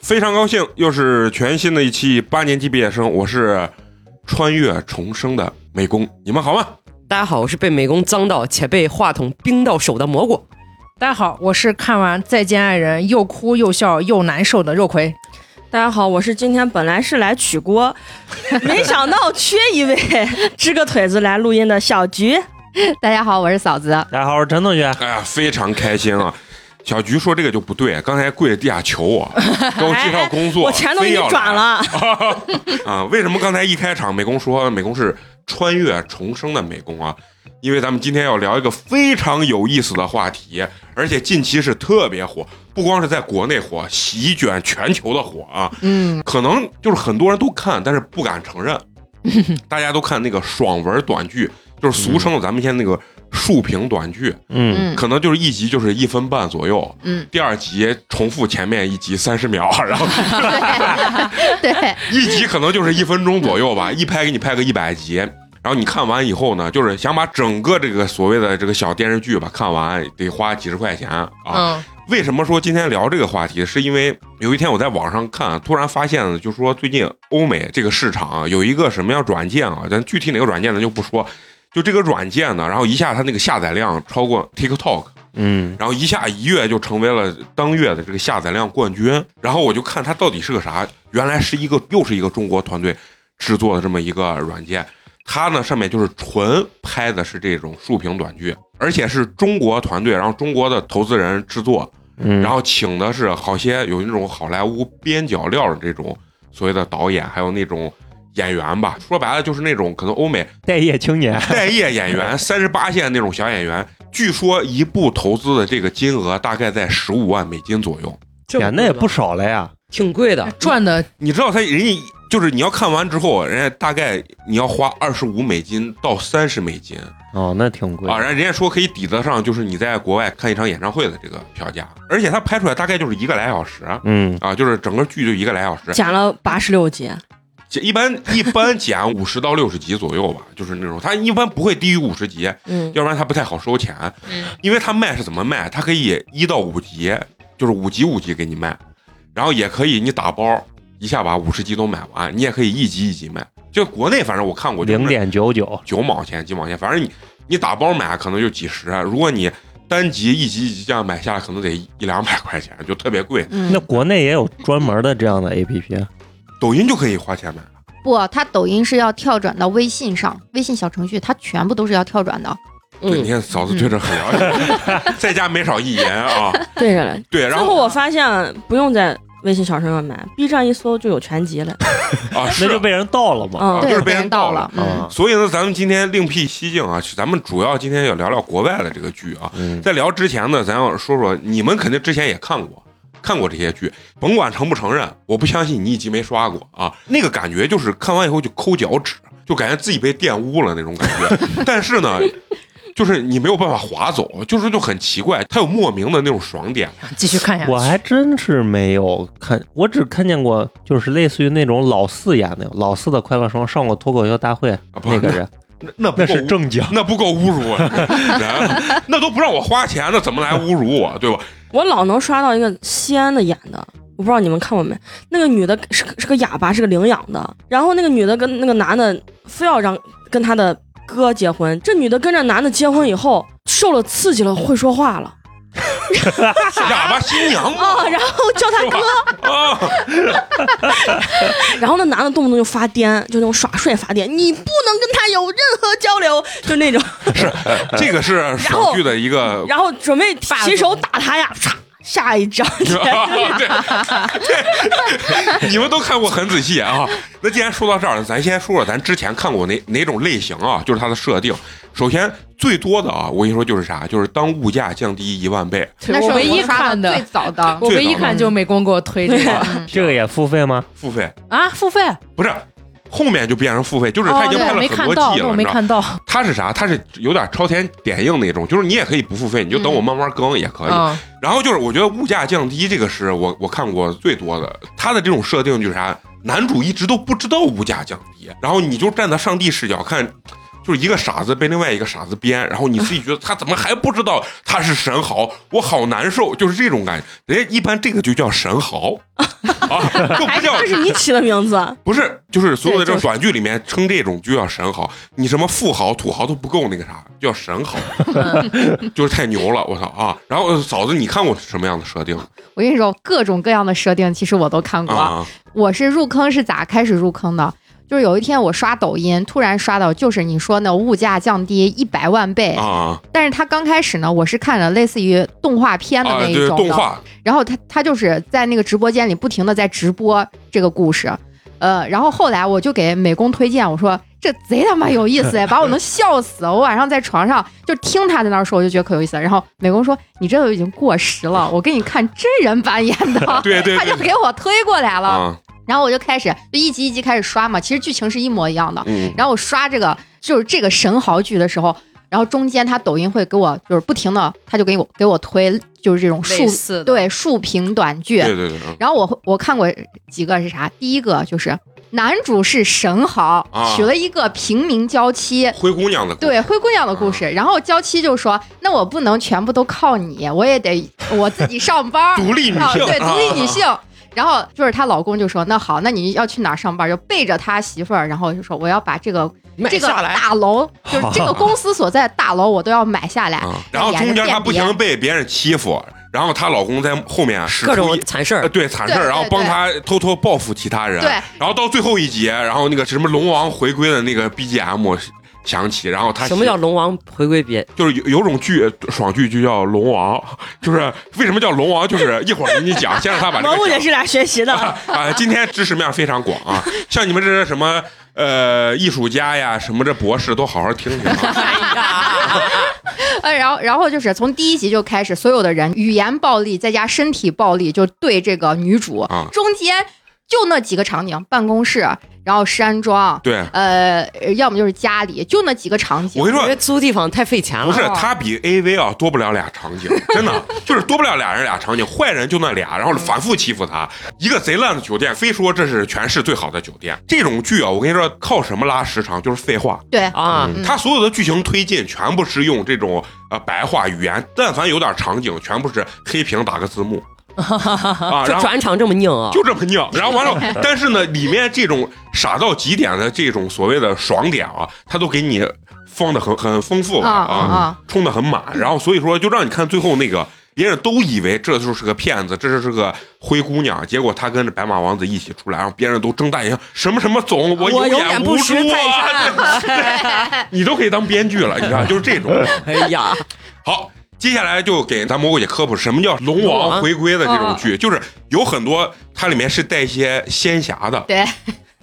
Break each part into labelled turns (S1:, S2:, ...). S1: 非常高兴，又是全新的一期八年级毕业生，我是穿越重生的美工，你们好吗？
S2: 大家好，我是被美工脏到且被话筒冰到手的蘑菇。
S3: 大家好，我是看完《再见爱人》又哭又笑又难受的肉葵。
S4: 大家好，我是今天本来是来取 锅，没想到缺一位，支个腿子来录音的小菊。
S5: 大家好，我是嫂子。
S6: 大家好，我是陈同学。
S1: 哎呀，非常开心啊！小菊说这个就不对，刚才跪在地下求我，给我介绍工作，
S4: 哎我钱都给你
S1: 非要来
S4: 转了，
S1: 啊！为什么刚才一开场美工说美工是穿越重生的美工啊？因为咱们今天要聊一个非常有意思的话题，而且近期是特别火，不光是在国内火，席卷全球的火啊！
S3: 嗯，
S1: 可能就是很多人都看，但是不敢承 认。大家都看那个爽文短剧，就是俗称的咱们现在那个竖屏短剧，
S6: 嗯，
S5: 嗯
S1: 可能就是一集就是一分半左右，
S5: 嗯，
S1: 第二集重复前面一集三十秒， 然后
S5: 对，
S1: 一集可能就是一分钟左右吧，一拍给你拍个一百集。然后你看完以后呢，就是想把整个这个所谓的这个小电视剧吧看完，得花几十块钱啊。
S3: 嗯，
S1: 为什么说今天聊这个话题？是因为有一天我在网上看，突然发现了，就是说最近欧美这个市场啊有一个什么样软件啊，咱具体哪个软件咱就不说，就这个软件呢，然后一下它那个下载量超过 TikTok，
S6: 嗯，
S1: 然后一下一跃就成为了当月的这个下载量冠军。然后我就看它到底是个啥，原来是一个又是一个中国团队制作的这么一个软件。它呢上面就是纯拍的是这种竖屏短剧，而且是中国团队，然后中国的投资人制作，
S6: 嗯
S1: 然后请的是好些有那种好莱坞边角料的这种所谓的导演，还有那种演员吧。说白了就是那种可能欧美
S6: 待业青年，
S1: 待业演员，三十八线那种小演员，据说一部投资的这个金额大概在十五万美金左右。
S2: 这么
S6: 呀
S2: 贵
S6: 那也
S2: 吗
S6: 不少了呀。
S2: 挺贵
S5: 哎
S2: 的，
S3: 赚哎的
S1: 你知道他人家就是你要看完之后，人家大概你要花二十五美金到三十美金啊，
S6: 哦，那挺贵。
S1: 然后人家说可以抵得上就是你在国外看一场演唱会的这个票价，而且他拍出来大概就是一个来小时
S6: 嗯，
S1: 啊，就是整个剧就一个来小时，
S4: 剪了八十六集，
S1: 一般一般减五十到六十集左右吧，就是那种他一般不会低于五十集，
S4: 嗯，
S1: 要不然它不太好收钱。因为它卖是怎么卖？它可以一到五级，就是五级五级给你卖，然后也可以你打包一下把五十级都买完，你也可以一级一级卖。就国内反正我看过，
S6: 零点九九，
S1: 九毛钱几毛钱，反正你你打包买可能就几十，啊如果你单集一级一级这样买下来，可能得一两百块钱，就特别贵。
S4: 嗯
S6: 那国内也有专门的这样的 APP。
S1: 抖音就可以花钱买。
S5: 不，它抖音是要跳转到微信上，微信小程序它全部都是要跳转
S1: 哦
S5: 的。
S1: 对，你
S2: 嗯，
S1: 看嫂子对这很了解，在家没少一言啊。
S4: 对着嘞。
S1: 对，
S4: 最
S1: 然
S4: 后
S1: 后
S4: 我发现不用在微信小程序上买，B 站一搜就有全集了。
S1: 啊
S6: 那
S1: 是
S6: 就被人盗了嘛。
S4: 嗯
S1: 就，是被
S5: 被
S1: 人
S5: 人
S1: 盗
S5: 盗
S1: 了哦
S5: 了。嗯，
S6: 啊，
S1: 所以呢，咱们今天另辟蹊径啊，咱们主要今天要聊聊国外的这个剧啊。
S6: 嗯，
S1: 在聊之前呢，咱要说说你们肯定之前也看过，看过这些剧，甭管承不承认，我不相信你一集没刷过啊。那个感觉就是看完以后就抠脚趾，就感觉自己被玷污了那种感觉。但是呢，就是你没有办法划走，就是就很奇怪，它有莫名的那种爽点。
S3: 继续看下去。
S6: 我还真是没有看，我只看见过就是类似于那种老四演的，老四的快乐生上过脱口秀大会
S1: 啊不
S6: 那个人，
S1: 那那不
S6: 那
S1: 够
S6: 啊是正经。
S1: 那不够侮辱我， 人那都不让我花钱，那怎么来侮辱我，对吧？
S4: 我老能刷到一个西安的演的，我不知道你们看过没？那个女的是个是个哑巴，是个领养的，然后那个女的跟那个男的非要让跟他的哥结婚，这女的跟这男的结婚以后受了刺激了，会说话了
S1: 哑巴新娘嘛，
S4: 啊、然后叫他哥，
S1: 啊，
S4: 然后那男的动不动就发癫，就那种耍帅发癫，你不能跟他有任何交流，就那 种，
S1: 这个是爽剧的一个。
S4: 然后准备起手打他呀，唰，下一张
S1: 对，对 你们都看过很仔细啊。那既然说到这儿，咱先说说咱之前看过哪哪种类型啊，就是它的设定。首先最多的啊，我跟你说就是啥，就是当物价降低一万倍，
S3: 对
S5: 那是
S3: 我唯一
S5: 刷
S3: 看的
S5: 最早 的。
S3: 我唯一看就美工给我推这个
S5: 嗯
S6: 这个也付费吗？
S1: 付费
S3: 啊，付费
S1: 不是。后面就变成付费，就是他已经
S3: 哦
S1: 拍了
S3: 对我没
S1: 很
S3: 看
S1: 多
S3: 到，
S1: 季
S3: 那
S1: 了，你
S3: 我没
S1: 知道
S3: 看到。
S1: 它是啥？它是有点超前点映那种，就是你也可以不付费，你就等我慢慢更也可以。
S3: 嗯，
S1: 然后就是我觉得物价降低这个是我我看过最多的，他的这种设定就是啥，男主一直都不知道物价降低，然后你就站在上帝视角看，就是一个傻子被另外一个傻子编，然后你自己觉得他怎么还不知道他是神豪，我好难受，就是这种感觉。人家一般这个就叫神豪啊，就不 叫
S4: 这是你起的名字，
S1: 不是，就是所有的这种短剧里面称这种就叫神豪，你什么富豪、土豪都不够那个啥，叫神 豪，就是太牛了，我操啊！然后嫂子，你看过什么样的设定
S5: 我跟你说，各种各样的设定其实我都看过。
S1: 啊？
S5: 我是入坑是咋开始入坑的？就是有一天我刷抖音，突然刷到就是你说那物价降低一百万倍，
S1: 啊
S5: 但是它刚开始呢，我是看了类似于动画片的
S1: 啊！
S5: 那一
S1: 对，
S5: 种
S1: 动
S5: 的，
S1: 画
S5: 然后他他就是在那个直播间里不停的在直播这个故事，呃，然后后来我就给美工推荐，我说这贼他妈有意思， 把我能笑死。我晚上在床上就听他在那儿说，我就觉得可有意思了。然后美工说你这都已经过时了，我给你看真人版演 的，
S1: 对对
S5: 他就
S1: 对
S5: 给我推过来了。
S1: 啊，
S5: 然后我就开始就一集一集开始刷嘛，其实剧情是一模一样的。
S1: 嗯
S5: 然后我刷这个就是这个神豪剧的时候，然后中间他抖音会给我就是不停的，他就给我给我推就是这种数
S2: 类似的
S5: 对竖屏短剧。
S1: 对对对，嗯
S5: 然后我我看过几个是啥？第一个就是男主是神豪，
S1: 啊
S5: 娶了一个平民娇妻。
S1: 灰姑娘的故事
S5: 对灰姑娘的故
S1: 啊
S5: 事，然后娇妻就说：“那我不能全部都靠你，我也得我自己上班 儿。”
S1: 独立女
S5: 啊，
S1: 性，
S5: 对，
S1: 啊
S5: 独立女性。然后就是她老公就说：“那好，那你要去哪儿上班？”就背着他媳妇儿，然后就说：“我要把这个
S2: 买
S5: 这个
S2: 下来
S5: 大楼，就是 这个公司所在的大楼，我都要买下来。
S1: 啊。然后中间她不停地被别人欺负，然后她老公在后面使
S2: 各
S1: 出
S2: 种
S1: 一
S2: 惨事
S1: 呃
S2: 儿，
S1: 对惨事
S5: 对
S1: 儿，然后
S5: 对
S1: 帮
S5: 对
S1: 她偷偷报复其他人。
S5: 对
S1: 然后到最后一集，然后那个什么龙王回归的那个 BGM 响起，然后她
S2: 什么叫龙王回归别？
S1: 就是有有种剧爽剧就叫龙王，就是为什么叫龙王？就是一会儿给你讲，先让他把这
S4: 蘑菇
S1: 个
S4: 也
S1: 讲
S4: 是俩学 习的，
S1: 啊，今天知识面非常广啊，像你们这些什么呃艺术家呀，什么这博士都好好听听啊。
S5: 呃，然后然后就是从第一集就开始，所有的人语言暴力再加身体暴力，就对这个女主。
S1: 啊
S5: 中间就那几个场景，办公室，然后山庄，
S1: 对，
S5: 呃，要么就是家里，就那几个场景。
S1: 我 跟你
S2: 因
S1: 说
S2: 为，租地方太费钱
S1: 不
S2: 了
S1: 是，他比 A V 啊多不了俩场景，真的就是多不了俩人俩场景，坏人就那俩，然后反复欺负他。一个贼烂的酒店，非说这是全市最好的酒店。这种剧啊，我跟你说，靠什么拉时长？就是废话。
S5: 对，
S2: 啊！
S1: 他所有的剧情推进全部是用这种呃白话语言，但凡有点场景，全部是黑屏打个字幕啊，
S2: 这
S1: 然后。
S2: 转场这么硬啊？
S1: 就这么硬，然后完 了，但是呢，里面这种傻到极点的这种所谓的爽点啊，他都给你放的很很丰富
S5: 啊
S1: 啊，
S5: 啊啊！
S1: 充的很满，然后所以说就让你看最后那个，别人都以为这就是个骗子，这就是个灰姑娘，结果她跟着白马王子一起出来，然后别人都睁大眼睛，什么什么总，我
S2: 我永
S1: 眼
S2: 远
S1: 无
S2: 不
S1: 珠
S2: 识泰
S1: 啊！ 你都可以当编剧了，你看就是 这种。
S2: 哎 呀，
S1: 好，接下来就给咱蘑菇姐科普什么叫龙
S2: 龙
S1: 王
S2: 王
S1: 回归的这种剧，就是有很多它里面是带一些仙侠的
S5: 对，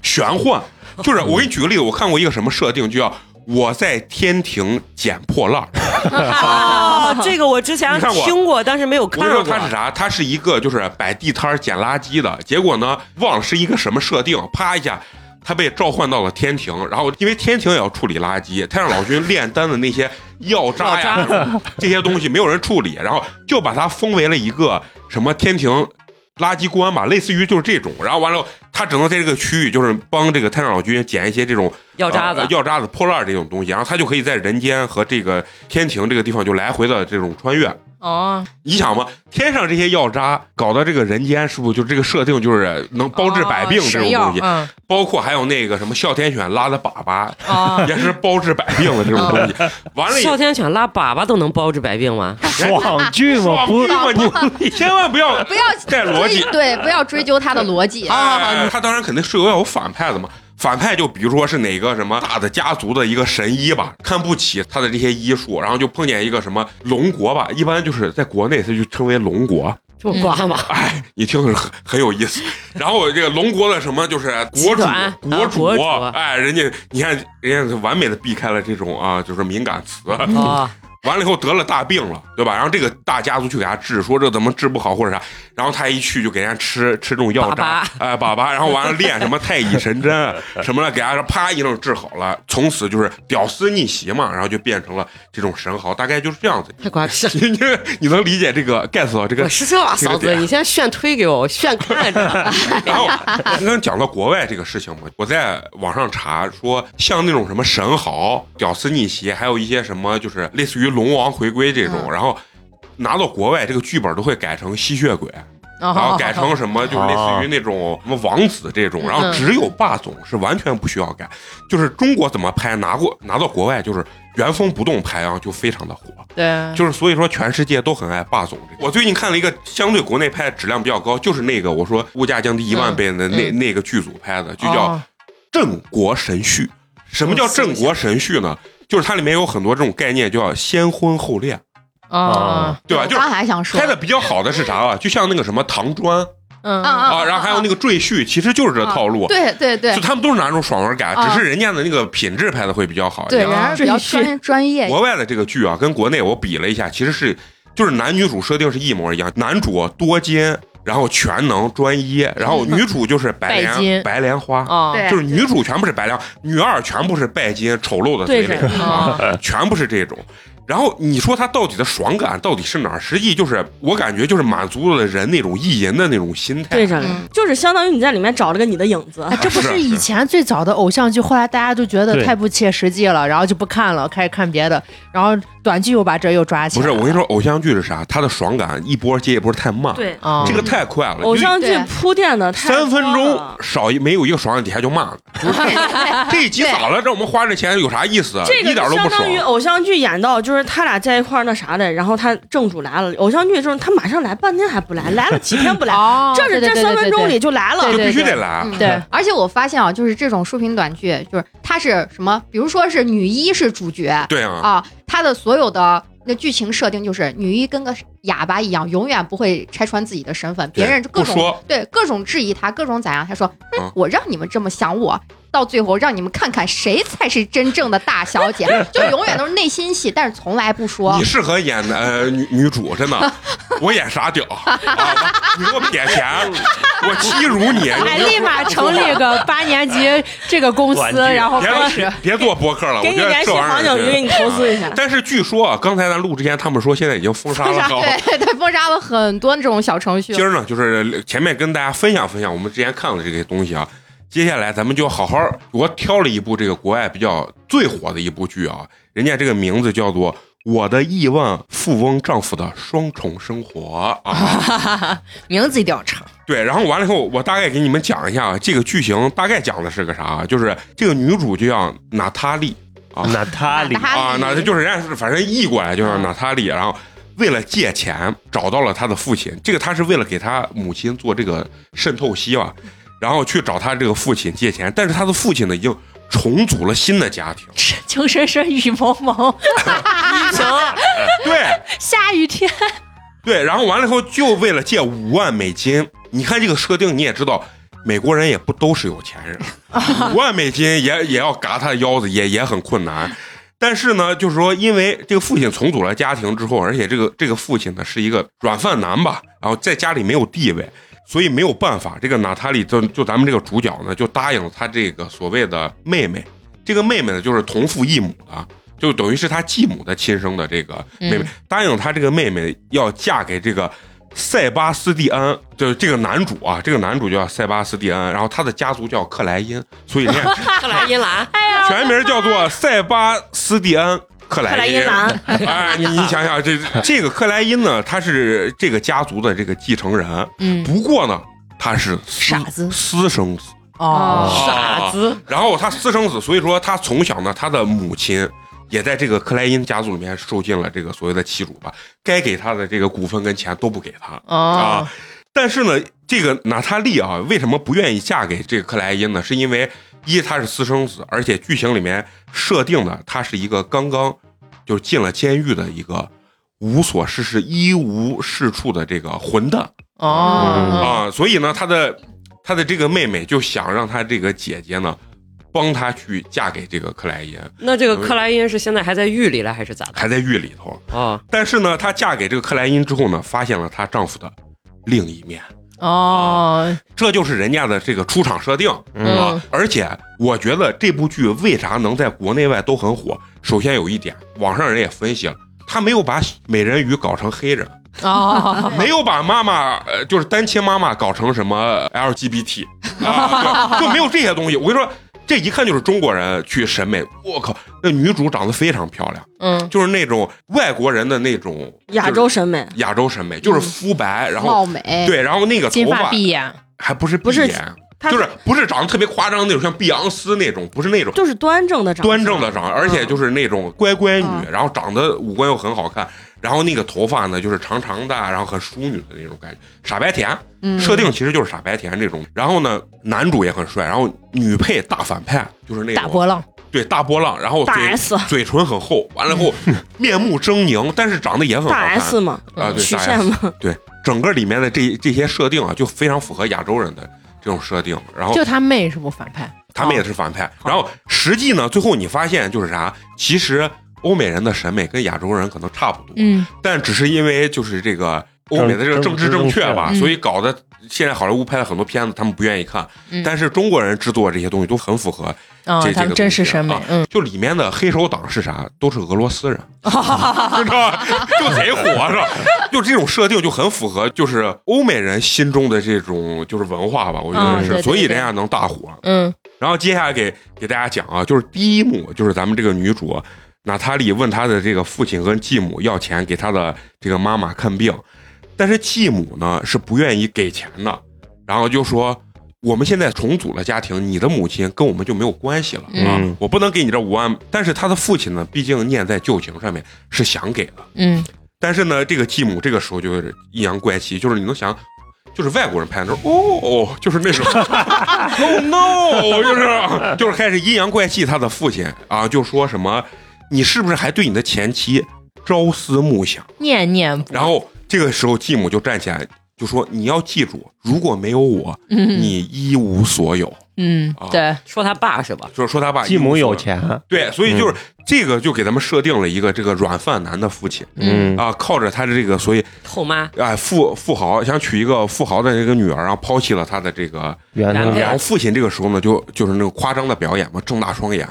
S1: 玄幻，就是我给你举个例子，我看过一个什么设定，就叫我在天庭捡破烂儿。
S2: 啊，这个我之前
S1: 你看过
S2: 听过，但是没有
S1: 我跟
S2: 看
S1: 你说
S2: 过。啊
S1: 他是啥？他是一个就是摆地摊儿捡垃圾的，结果呢忘了是一个什么设定，啪一下。他被召唤到了天庭，然后因为天庭也要处理垃圾，太上老君炼丹的那些药渣呀 这些东西没有人处理，然后就把他封为了一个什么天庭垃圾官吧，类似于就是这种。然后完了，他只能在这个区域就是帮这个太上老君捡一些这种
S2: 药渣子
S1: 呃药渣子、破烂儿这种东西，然后他就可以在人间和这个天庭这个地方就来回的这种穿越。
S3: 哦，
S1: 你想嘛，天上这些药渣搞到这个人间，是不是就这个设定就是能包治百病这种东西？
S3: 嗯，
S1: 包括还有那个什么哮天犬拉的粑粑，
S3: 哦，
S1: 也是包治百病的这种东西。完了以
S2: 哮
S1: 后，
S2: 天犬拉粑粑都能包治百病吗？
S6: 爽剧嘛，
S1: 爽
S6: 不
S1: 剧嘛 你千万不要
S5: 不要
S1: 带逻辑。
S5: 对，不要追究它的逻辑。
S3: 啊
S1: 哎，他当然肯定是有要有反派的嘛。反派就比如说是哪个什么大的家族的一个神医吧，看不起他的这些医术，然后就碰见一个什么龙国吧，一般就是在国内他就称为龙国，
S2: 这么瓜吗？
S1: 哎，你听着很很有 意思。然后这个龙国的什么就是国
S2: 集
S1: 主
S2: 团，
S1: 国
S2: 啊
S1: 主，
S2: 国主
S5: 嗯
S1: 哎，人家你看，人家完美的避开了这种啊，就是敏感词。
S2: 啊，
S1: 完了以后得了大病了，对吧？然后这个大家族去给他治，说这怎么治不好或者啥，然后他一去就给人家吃吃这种药渣，哎，粑粑，然后完了练什么太乙神 针啊什么的，给他啪一弄治好了，从此就是屌丝逆袭嘛，然后就变成了这种神豪，大概就是这样子。
S2: 太夸张了。
S1: 你你 你能理解这个 get 到这个
S5: 嗯
S2: 我是 这把
S1: 这个
S2: 嫂子，
S1: 点
S2: 你先炫推给我，我炫 看着。
S1: 然后刚刚讲到国外这个事情嘛，我在网上查说，像那种什么神豪、屌丝逆袭，还有一些什么就是类似于龙王回归这种，然后拿到国外这个剧本都会改成吸血鬼，然
S3: 然
S1: 后改成什么就是类似于那种什么王子这种，然后只有霸总是完全不需要改。就是中国怎么拍，拿过拿到国外就是原封不动拍啊，就非常的火。
S5: 嗯
S3: 对，
S1: 就是所以说，全世界都很爱霸总这个。我最近看了一个相对国内拍的质量比较高，就是那个我说物价降低一万倍
S5: 嗯
S1: 的那、那个剧组拍的，就叫《
S3: 哦
S1: 镇国神序》。什
S5: 哦
S1: 么叫镇国神序呢？就是它里面有很多这种概念，叫先婚后恋，
S3: 啊，
S1: 对吧？
S5: 我
S1: 就是
S5: 刚哦还想说
S1: 拍，的比较好的是啥啊？就像那个什么唐砖
S3: 嗯
S5: 啊啊
S1: 啊，然后还有那个赘婿，其实就是这套路。
S5: 哦对对对
S1: 就他们都是拿这种爽文改，
S5: 啊
S1: 只是人家的那个品质拍的会比较好一
S5: 对，
S1: 点。
S5: 人家比较专专业。
S1: 国外的这个剧啊，跟国内我比了一下，其实是就是男女主设定是一模一样，男主啊多金，然后全能专一，然后女主就是白
S3: 拜金
S1: 莲白莲花。
S2: 哦
S3: 啊，
S5: 对
S1: 就是女主全部是白莲，女二全部是拜金丑陋的嘴
S4: 对
S1: 脸
S3: 嗯
S4: 着，
S1: 啊，
S3: 哦
S1: 全部是这种。然后你说她到底的爽感到底是哪儿？实际就是我感觉就是满足了人那种意淫的那种心态。
S4: 对着嘞
S5: 嗯，
S4: 就是相当于你在里面找了个你的影子
S3: 哎，，这不
S1: 是
S3: 是以前最早的偶像剧，后来大家都觉得
S6: 对
S3: 太不切实际了，然后就不看了，开始看别的，然后短剧又把这又抓起
S1: 不
S3: 来
S1: 是
S3: 了。
S1: 我跟你说，偶像剧是啥？它的爽感一波接一波太慢，
S4: 对，
S3: 啊，
S1: 这个太快了。
S4: 偶
S1: 就
S4: 像剧
S5: 对
S4: 铺垫的太
S1: 三分
S4: 多
S1: 钟啊
S4: 了
S1: 少一没有一个爽的，底下就骂了。这一集咋了？让我们花这钱有啥意思？
S4: 啊
S1: 啊
S4: 这个
S1: 一点都
S4: 就
S1: 不
S4: 相
S1: 爽
S4: 当。于偶像剧演到，就是他俩在一块儿那啥的，然后他正主来了，偶像剧就是他马上来，半天还不来，来了几天不来，
S3: 哦，
S4: 这是
S3: 对对
S4: 这
S3: 对
S4: 三
S3: 对
S4: 分钟里就来了，
S1: 就
S3: 对
S1: 必须
S3: 对
S1: 得来，啊
S5: 嗯
S3: 对
S5: 而且我发现啊，就是这种竖屏短剧，就是它是什么？比如说是女一是主角
S1: 对啊，
S5: 啊，它的所有的那剧情设定就是女一跟个哑巴一样，永远不会拆穿自己的身份，别人就各
S1: 不
S5: 种
S1: 说
S5: 对各种质疑她，各种咋样，她说：“
S1: 嗯
S5: 嗯，我让你们这么想我。”到最后，让你们看看谁才是真正的大小姐， 就永远都是内心戏，但是从来不说
S1: 你。适合演的呃女女主，真 的，我演傻屌啊！我你给我撇钱，我欺辱你，
S3: 还
S1: 你
S3: 立马成立 个八年级这个公
S6: 短
S3: 司，
S6: 剧
S3: 然后开
S1: 别
S3: 始
S1: 别做播客了，我
S4: 给你
S1: 觉得
S4: 联系
S1: 这玩
S4: 黄
S1: 意儿
S4: 景
S1: 是。
S4: 瑜，给你投资一下
S1: 但是据说啊，刚才咱录之前，他们说现在已经封杀 了好
S5: 对对，封杀了很多这种小程序
S1: 今。儿呢，就是前面跟大家分享分享我们之前看的这些东西啊。接下来咱们就好好，我挑了一部这个国外比较最火的一部剧啊，人家这个名字叫做《我的亿万富翁丈夫的双重生活》啊。
S2: 名字一定要长。
S1: 对，然后完了以后，我大概给你们讲一下啊这个剧情大概讲的是个啥啊，就是这个女主就叫娜塔莉啊
S6: 娜塔 莉，
S5: 塔
S1: 啊，
S5: 莉
S1: 那就是人家是反正译过来就叫娜塔莉，然后为了借钱找到了他的父亲，这个他是为了给他母亲做这个渗透期吧，然后去找他这个父亲借钱，但是他的父亲呢已经重组了新的家 庭，
S3: 情深深雨蒙蒙，
S1: 对
S3: 下雨天
S1: 对，然后完了以后就为了借五万美金，你看这个设定你也知道。美国人也不都是有钱人，啊五万美金也也要嘎他腰子，也也很困难。但是呢，就是说，因为这个父亲重组了家庭之后，而且这个这个父亲呢是一个软饭男吧，然后在家里没有地位，所以没有办法。这个娜塔莉就就咱们这个主角呢，就答应了他这个所谓的妹妹。这个妹妹呢，就是同父异母的，就等于是他继母的亲生的这个妹妹，答应他这个妹妹要嫁给这个塞巴斯蒂安，就是这个男主啊，这个男主叫塞巴斯蒂安，然后他的家族叫克莱因，所以人家
S2: 克莱因兰，
S1: 全名叫做塞巴斯蒂安·克莱
S4: 克莱因兰，
S1: 哎，你你想想，这这个克莱因呢，他是这个家族的这个继承人，
S2: 嗯，
S1: 不过呢，他是私
S2: 傻子
S1: 私生子，
S3: 哦，
S1: 啊
S2: 傻子，
S1: 然后他私生子，所以说他从小呢，他的母亲也在这个克莱因家族里面受尽了这个所谓的欺辱吧，该给他的这个股份跟钱都不给他，
S3: 哦
S1: 啊，但是呢，这个娜塔莉啊，为什么不愿意嫁给这个克莱因呢？是因为一她是私生子，而且剧情里面设定的她是一个刚刚就是进了监狱的一个无所事事、一无是处的这个混蛋
S3: 哦，
S1: 啊啊，所以呢，她的她的这个妹妹就想让她这个姐姐呢帮她去嫁给这个克莱因，
S2: 那这个克莱因是现在还在狱里了，还是咋的？
S1: 还在狱里头。
S2: 啊，
S1: 但是呢，她嫁给这个克莱因之后呢，发现了她丈夫的另一面，
S3: 哦，
S1: 这就是人家的这个出场设定。啊
S6: 嗯
S3: 嗯
S1: 而且我觉得这部剧为啥能在国内外都很火，首先有一点，网上人也分析了。他没有把美人鱼搞成黑人，
S3: 哦，
S1: 没有把妈妈呃就是单亲妈妈搞成什么 LGBT 啊，对就没有这些东西。我跟你说，这一看就是中国人去审美。我靠，那女主长得非常漂亮，
S3: 嗯，
S1: 就是那种外国人的那种
S4: 亚洲审美
S1: 亚洲审美，就是肤白，然后
S5: 貌美，
S1: 对，然后那个
S3: 金
S1: 头
S3: 发
S1: 发
S3: 碧眼，
S1: 还不是
S4: 不是
S1: 闭眼，
S4: 她
S1: 就是不是长得特别夸张那种，像碧昂斯那种，不是那种。
S4: 就是端正的长相，嗯
S1: 端正的长，而且就是那种乖乖女，
S5: 嗯
S1: 然后长得五官又很好看，然后那个头发呢就是长长的，然后很淑女的那种感觉，傻白甜。
S5: 嗯
S1: 设定其实就是傻白甜这种。然后呢，男主也很帅，然后女配大反派就是那
S3: 大
S1: 种
S3: 波浪，
S1: 对大波浪，然后
S4: 大
S1: 嘴
S4: S
S1: 嘴唇很厚，完 了后面目狰狞，但是长得也很好
S4: 大
S1: 看
S4: S 嘛，
S1: 啊，对
S4: 曲
S1: 大
S4: 线
S1: S。
S4: 嘛，
S1: 整个里面的这这些设定啊，就非常符合亚洲人的这种设定。然后
S3: 就他妹是不反派，
S1: 他们也是反派。然后实际呢，最后你发现就是啥？其实欧美人的审美跟亚洲人可能差不多，
S3: 嗯，
S1: 但只是因为就是这个欧美的这个政
S6: 政
S1: 治
S6: 治
S1: 正
S6: 正
S1: 确
S6: 确
S1: 吧，
S3: 嗯
S1: 所以搞得现在好莱坞拍了很多片子，他们不愿意看。
S3: 嗯
S1: 但是中国人制作这些东西都很符合，
S3: 啊
S1: 这，
S3: 他
S1: 这个
S3: 们真实
S1: 东西啊
S3: 审美
S1: 啊，
S3: 嗯，
S1: 就里面的黑手党是啥？都是俄罗斯 人，知道吧？就贼火是吧？就这种设定就很符合，就是欧美人心中的这种就是文化吧，我觉得
S3: 嗯
S1: 是，
S3: 对对
S1: 所以
S3: 对
S1: 人家能大火。
S3: 嗯，
S1: 然后接下来给给大家讲啊，就是第一幕，就是咱们这个女主啊娜塔莉问她的这个父亲跟继母要钱给她的这个妈妈看病，但是继母呢是不愿意给钱的，然后就说我们现在重组了家庭，你的母亲跟我们就没有关系了啊，
S6: 嗯
S1: 我不能给你这五万，但是她的父亲呢，毕竟念在旧情上面是想给的，
S3: 嗯，
S1: 但是呢，这个继母这个时候就是阴阳怪气，就是你能想，就是外国人拍的时候，哦，哦就是那种，no Oh, no，就是就是开始阴阳怪气他的父亲啊，就说什么，你是不是还对你的前妻朝思暮想？
S3: 念念不，
S1: 然后这个时候继母就站起来就说，你要记住，如果没有我，
S3: 嗯
S1: 你一无所有。
S3: 嗯
S1: 啊，
S3: 对，
S2: 说他爸是吧？
S1: 就是说他爸
S6: 继母
S1: 一无所
S6: 有，嗯钱，
S1: 对，所以就是这个就给咱们设定了一个这个软饭男的父亲
S6: 嗯，
S1: 啊，靠着他的这个，所以
S2: 后妈
S1: 哎，富富豪想娶一个富豪的这个女儿，然后抛弃了他的这个，
S6: 原
S2: 然
S6: 来
S2: 后
S1: 然后父亲这个时候呢，就就是那种夸张的表演嘛，睁大双眼，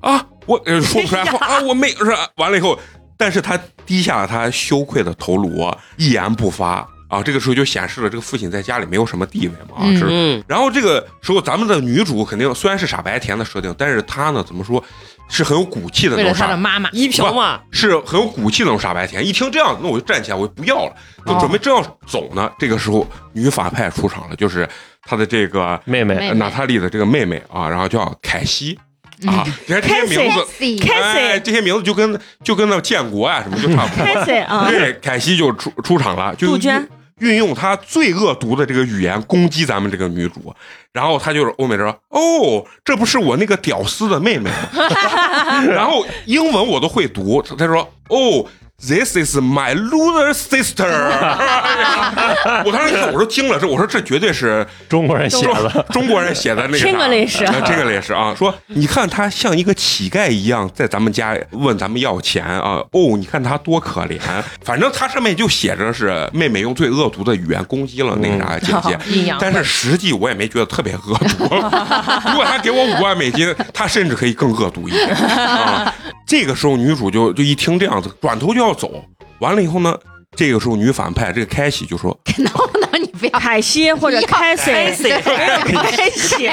S1: 啊，我呃说
S3: 哎
S1: 不出来话啊，我没是完了以后，但是他低下了他羞愧的头颅，一言不发啊，这个时候就显示了这个父亲在家里没有什么地位嘛，啊，
S3: 嗯
S1: 这是
S2: 嗯，
S1: 然后这个时候，咱们的女主肯定虽然是傻白甜的设定，但是她呢，怎么说，是很有骨气的
S3: 为
S1: 那
S3: 了
S1: 种
S3: 他
S1: 傻
S3: 的妈妈，
S2: 一瓢嘛，
S1: 是很有骨气那种傻白甜。一听这样，那我就站起来，我就不要了，就
S3: 哦
S1: 准备正要走呢。这个时候，女反派出场了，就是她的这个
S6: 妹妹
S5: 妹
S1: 呃娜塔莉的这个妹妹啊，然后叫凯西啊。你看这些名字，
S5: Fancy
S4: 嗯凯西
S1: 哎，这些名字就跟就跟那建国啊什么就差 不多。
S4: 开始 啊，
S1: 对，凯西就出出场了，就
S4: 杜鹃
S1: 运运用她最恶毒的这个语言攻击咱们这个女主，然后她就是欧美人说，哦，这不是我那个屌丝的妹妹 吗？然后英文我都会读，她她说，哦。This is my loser sister 我当时看，我说惊了，这我说这绝对是
S6: 中国人写
S1: 中
S6: 的，
S1: 中国人写的那个啥
S4: Chinglish
S1: 啊，Chinglish 啊，说你看他像一个乞丐一样在咱们家问咱们要钱啊，哦，你看他多可怜。 反正他上面就写着是妹妹用最恶毒的语言攻击了那个啥姐姐。
S3: 阴阳
S1: 但是实际我也没觉得特别恶毒， 如果他给我五万美金，他甚至可以更恶毒一点 啊。这个时候女主就就一听这样子，转头就要走，完了以后呢，这个时候女反派这个开喜就说
S5: 能不能你不要
S4: 凯西或者凯西，凯西，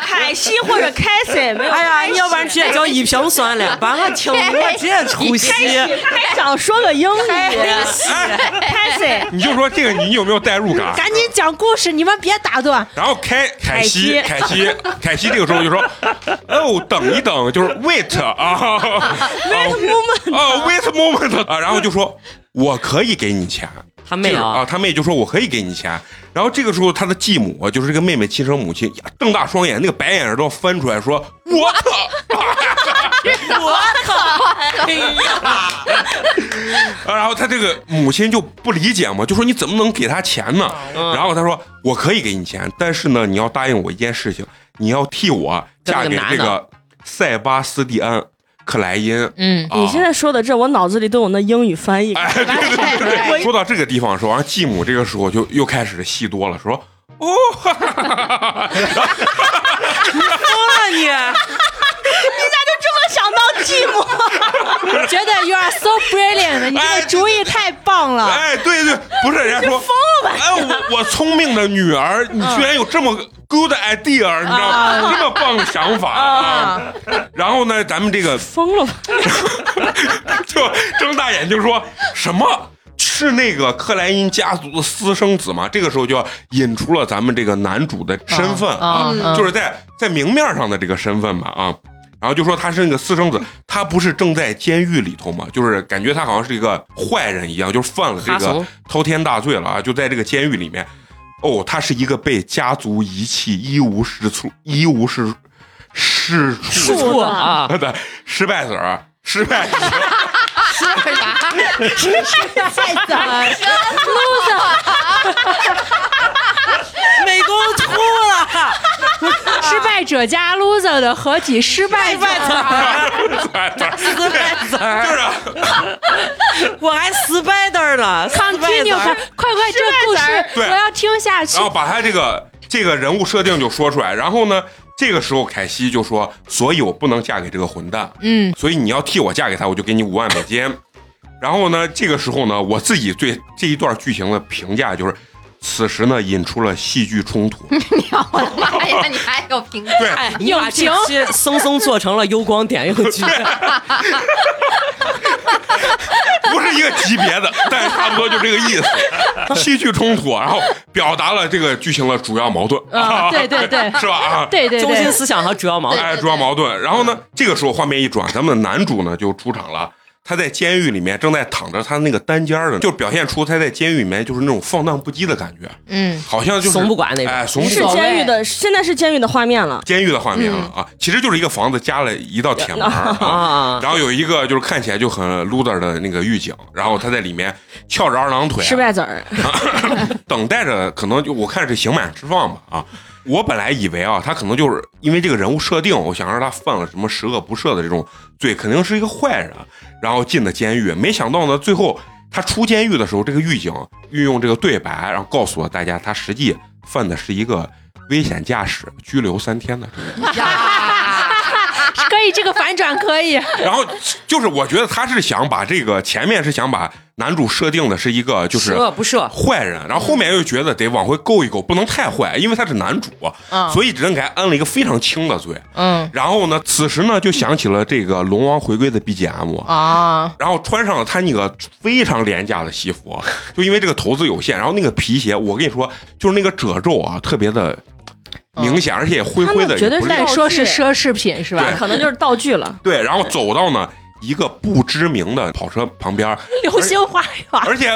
S4: 凯西或者凯西，没有。
S2: 哎呀，要不然直接叫一瓢酸 了，把我听我这出息，
S4: 还想说个英语，凯西，
S1: 你就说这个你有没有代入感？
S3: 赶紧讲故事，你们别打断。
S1: 然后凯凯西凯西凯西这个时候就说：“ 哦，等一等，就是 wait 啊，wait moment 啊，wait moment 啊。”然后就说：“我可以给你钱。”
S2: 他妹
S1: 这个
S2: 啊，
S1: 啊，他妹就说我可以给你钱。然后这个时候他的继母就是这个妹妹亲生母亲，呀瞪大双眼，那个白眼儿都要翻出来说，我操！
S2: 我靠！哎呀，
S1: 啊然后他这个母亲就不理解嘛，就说你怎么能给他钱呢？然后他说我可以给你钱，但是呢，你要答应我一件事情，你要替我嫁给这
S2: 嫁给男
S1: 个塞巴斯蒂安·克莱因。
S5: 嗯，
S1: 啊
S4: 你现在说的这，我脑子里都有那英语翻译。
S1: 哎，对对对 对，说到这个地方的时候，然后继母这个时候就又开始戏多了，说哦，哈哈哈哈哈哈
S2: 疯了
S3: 觉得 you are so brilliant，你这
S1: 哎
S3: 个主意太棒了。
S1: 哎，对对，不是人家说疯了吧？哎，我我聪明的女儿，你居然有这么 good idea，你知道吗？这么棒的想法啊！然后呢，咱们这个
S4: 疯了吧？
S1: 就睁大眼睛说什么？是那个克莱因家族的私生子吗？这个时候就要引出了咱们这个男主的身份啊，
S5: 嗯嗯
S1: 就是在在明面上的这个身份吧啊，然后就说他是那个私生子，他不是正在监狱里头嘛，就是感觉他好像是一个坏人一样，就是犯了这
S2: 哈
S1: 个
S2: 怂
S1: 滔天大罪了啊，就在这个监狱里面。哦，他是一个被家族遗弃、一无是处、一无是是处
S4: 处
S2: 你！ 啊，
S1: 的失败子儿，失败子儿。
S5: 太早了，
S2: 美工秃了，
S3: 失败者加 loser 的合体，失败者
S1: 啊
S2: 死败子
S1: 就
S2: 啊儿，
S1: 是啊
S2: 我还死败子儿呢，死败子
S3: continue，快
S2: 儿。
S3: 快快，这个故事
S1: 对哦
S3: 我要听下去
S1: 然。后把他这个这个人物设定就说出来，然后呢，这个时候凯西就说：“所以我不能嫁给这个混蛋，
S3: 嗯，
S1: 所以你要替我嫁给他，我就给你五万美金。”然后呢，这个时候呢，我自己对这一段剧情的评价就是，此时呢引出了戏剧冲 突，
S5: 我的妈呀，你还有评价？
S1: 对，
S2: 哎，你把这期生生做成了幽光点映 剧，
S1: 不是一个级别的，但是差不多就这个意思，戏剧冲突，然后表达了这个剧情的主要矛盾，
S3: 啊对对对
S1: 是吧？啊，
S3: 对对
S2: 中心
S3: 对，
S2: 思想和主要矛盾。
S1: 哎，主要矛盾。然后呢，这个时候画面一转，咱们的男主呢就出场了。他在监狱里面正在躺着他那个单间儿的，就表现出他在监狱里面就是那种放荡不羁的感觉，
S3: 嗯，
S1: 好像就是
S2: 怂不管那种
S1: 哎，怂不
S4: 是
S1: 管。
S4: 监狱的，现在是监狱的画面了。
S1: 监狱的画面了啊，其实就是一个房子加了一道铁门儿啊
S2: 啊，
S1: 然后有一个就是看起来就很 loser 的那个狱警，然后他在里面翘着二郎腿啊，
S4: 失败子儿，
S1: 等待着，可能就我看是刑满释放吧啊。我本来以为啊，他可能就是因为这个人物设定，我想让他犯了什么十恶不赦的这种罪，肯定是一个坏人，然后进的监狱。没想到呢，最后他出监狱的时候，这个狱警运用这个对白，然后告诉了大家，他实际犯的是一个危险驾驶、拘留三天的罪。
S3: 可以，这个反转可以。
S1: 然后就是我觉得他是想把这个前面是想把男主设定的是一个就是
S2: 十恶不赦，
S1: 啊坏人，然后后面又觉得得往回勾一勾，不能太坏，
S4: 嗯
S1: 因为他是男主，所以只能给他安了一个非常轻的罪。
S3: 嗯
S1: 然后呢，此时呢就响起了这个龙王回归的 BGM，、
S3: 啊，
S1: 然后穿上了他那个非常廉价的西服， 就因为这个投资有限，然后那个皮鞋，我跟你说，就是那个褶皱啊，特别的明显，而且灰灰
S4: 嗯他
S1: 的，
S4: 们绝对
S1: 也不
S4: 是
S3: 再说是奢侈品是吧？
S4: 可能就是道具了。
S1: 对，然后走到呢一个不知名的跑车旁边，
S3: 流星花园，
S1: 而且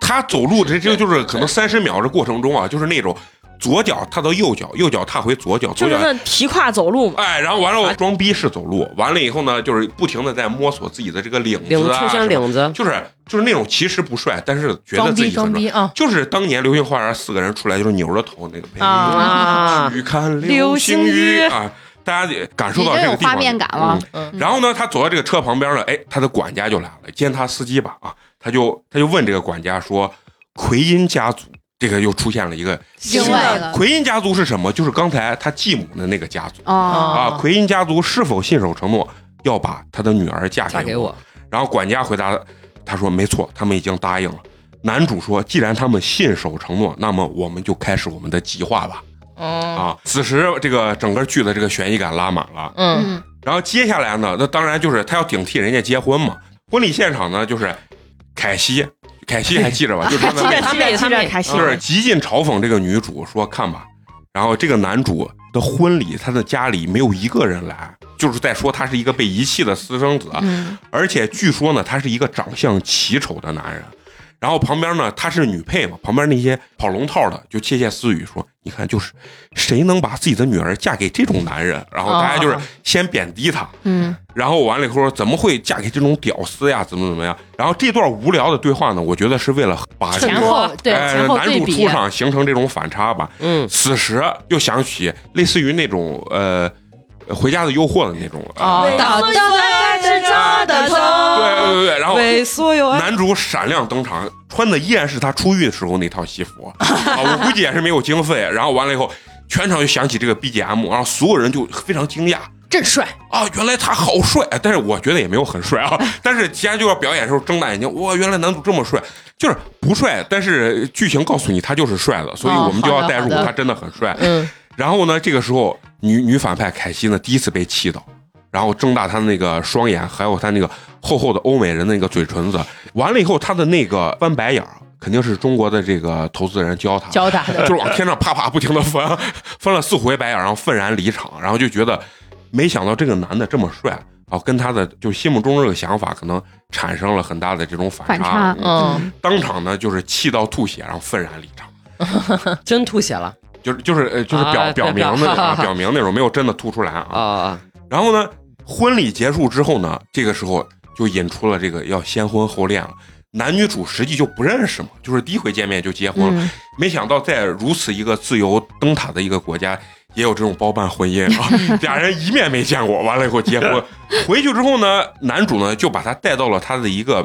S1: 他走路这这就是可能三十秒这过程中啊，就是那种左脚踏到右脚，右脚踏回左脚，
S4: 就
S1: 左
S4: 是
S1: 脚。
S4: 那提胯走路嘛，
S1: 哎，然后完了，装逼式走路，完了以后呢，就是不停的在摸索自己的这个领
S2: 领
S1: 子啊，
S2: 出现
S1: 什么
S2: 领子，
S1: 就是就是那种其实不帅，但是觉得
S3: 装
S1: 自
S3: 逼
S1: 己
S3: 装
S1: 很帅
S3: 逼，啊
S1: 就是当年《流星花园》四个人出来就是扭着头那个哎配音
S2: 啊
S1: 去看
S2: 流
S1: 星
S2: 星雨
S1: 啊，大家也感受
S5: 已
S1: 到
S5: 经
S1: 这
S5: 有
S1: 个地方
S5: 画面感了
S1: 嗯。然后呢，他走到这个车旁边了，哎，他的管家就来了，兼他司机吧啊，他就他就问这个管家说，奎因家族。这个又出现了一个
S5: 另外一个
S1: 奎因家族是什么？就是刚才他继母的那个家族
S5: 哦，
S1: 啊。奎因家族是否信守承诺要把他的女儿嫁
S2: 嫁给
S1: 我？
S2: 我，
S1: 然后管家回答他说：“没错，他们已经答应了。”男主说：“既然他们信守承诺，那么我们就开始我们的计划吧。”啊，此时这个整个剧的这个悬疑感拉满了。
S3: 嗯，
S5: 嗯，
S1: 然后接下来呢，那当然就是他要顶替人家结婚嘛。婚礼现场呢，就是凯西，凯西还记着吧？就是 他
S2: 记
S1: 们
S2: 着他妹
S4: 记
S2: 他
S4: 着
S2: 妹
S4: 开心
S1: 就。是极尽嘲讽这个女主，说看吧，然后这个男主的婚礼，他的家里没有一个人来，就是在说他是一个被遗弃的私生子，而且据说呢，他是一个长相奇丑的男人。然后旁边呢，她是女配嘛，旁边那些跑龙套的就窃窃私语说：“你看，就是谁能把自己的女儿嫁给这种男人？”然后大家就是
S4: 哦
S1: 先贬低她，
S5: 嗯，
S1: 然后完了以后说怎么会嫁给这种屌丝呀？怎么怎么样？然后这段无聊的对话呢，我觉得是为了把这
S4: 衬
S1: 个
S4: 托
S3: 后对
S1: 哎
S3: 前后
S1: 男
S3: 对
S1: 主
S3: 比
S1: 出，场形成这种反差吧。
S2: 嗯，
S1: 此时又想起类似于那种呃《回家的诱惑》的那种了。啊
S2: 哦
S4: 哒哒哒哒哒哒
S1: 对对对对，然后
S2: 为所有爱，
S1: 男主闪亮登场，穿的依然是他出狱的时候那套西服 啊，我估计也是没有经费。然后完了以后，全场就响起这个 BGM，然后所有人就非常惊讶
S3: 真帅，
S1: 啊，原来他好帅！哎但是我觉得也没有很帅 啊。但是其他就要表演的时候睁大眼睛，哇，原来男主这么帅，就是不帅，但是剧情告诉你他就是帅的，所以
S5: 哦
S1: 我们就要
S5: 好的
S1: 代入
S5: 好的
S1: 他真的很帅。
S2: 嗯，
S1: 然后呢，这个时候女女反派凯西呢第一次被气到，然后睁大她的那个双眼，还有她那个厚厚的欧美人的那个嘴唇子，完了以后她的那个翻白眼儿，肯定是中国的这个投资人教她，
S3: 教他
S1: 就是往天上啪啪不停的翻， 翻了四五回白眼儿，然后愤然离场，然后就觉得没想到这个男的这么帅。啊，跟他的就心目中这个想法可能产生了很大的这种反差，
S5: 反差
S2: 嗯，
S1: 当场呢就是气到吐血，然后愤然离场。
S2: 真吐血了
S1: 就是就是呃就是表、
S2: 啊
S1: 表明
S2: 表
S1: 那种啊，
S2: 表
S1: 表明那种没有真的吐出来啊。
S2: 啊！
S1: 然后呢，婚礼结束之后呢，这个时候就引出了这个要先婚后恋了。男女主实际就不认识嘛，就是第一回见面就结婚了。
S5: 嗯
S1: 没想到在如此一个自由灯塔的一个国家，也有这种包办婚姻啊，俩人一面没见过，完了以后结婚。回去之后呢，男主呢就把她带到了他的一个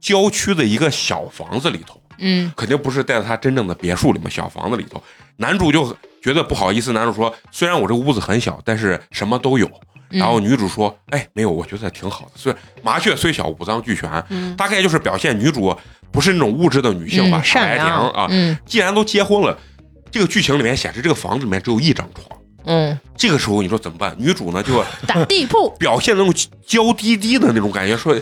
S1: 郊区的一个小房子里头。
S5: 嗯，
S1: 肯定不是带到他真正的别墅里面小房子里头。男主就觉得不好意思，男主说：“虽然我这个屋子很小，但是什么都有。”然后女主说：“哎，没有，我觉得挺好的。虽然麻雀虽小，五脏俱全，
S5: 嗯
S1: 大概就是表现女主不是那种物质的女性吧，
S3: 嗯
S1: 傻白
S3: 善良
S1: 甜啊。
S3: 嗯
S1: 既然都结婚了，这个剧情里面显示这个房子里面只有一张床。
S3: 嗯，
S1: 这个时候你说怎么办？女主呢就
S3: 打地铺
S1: 表现那种娇滴滴的那种感觉，说
S4: 啊，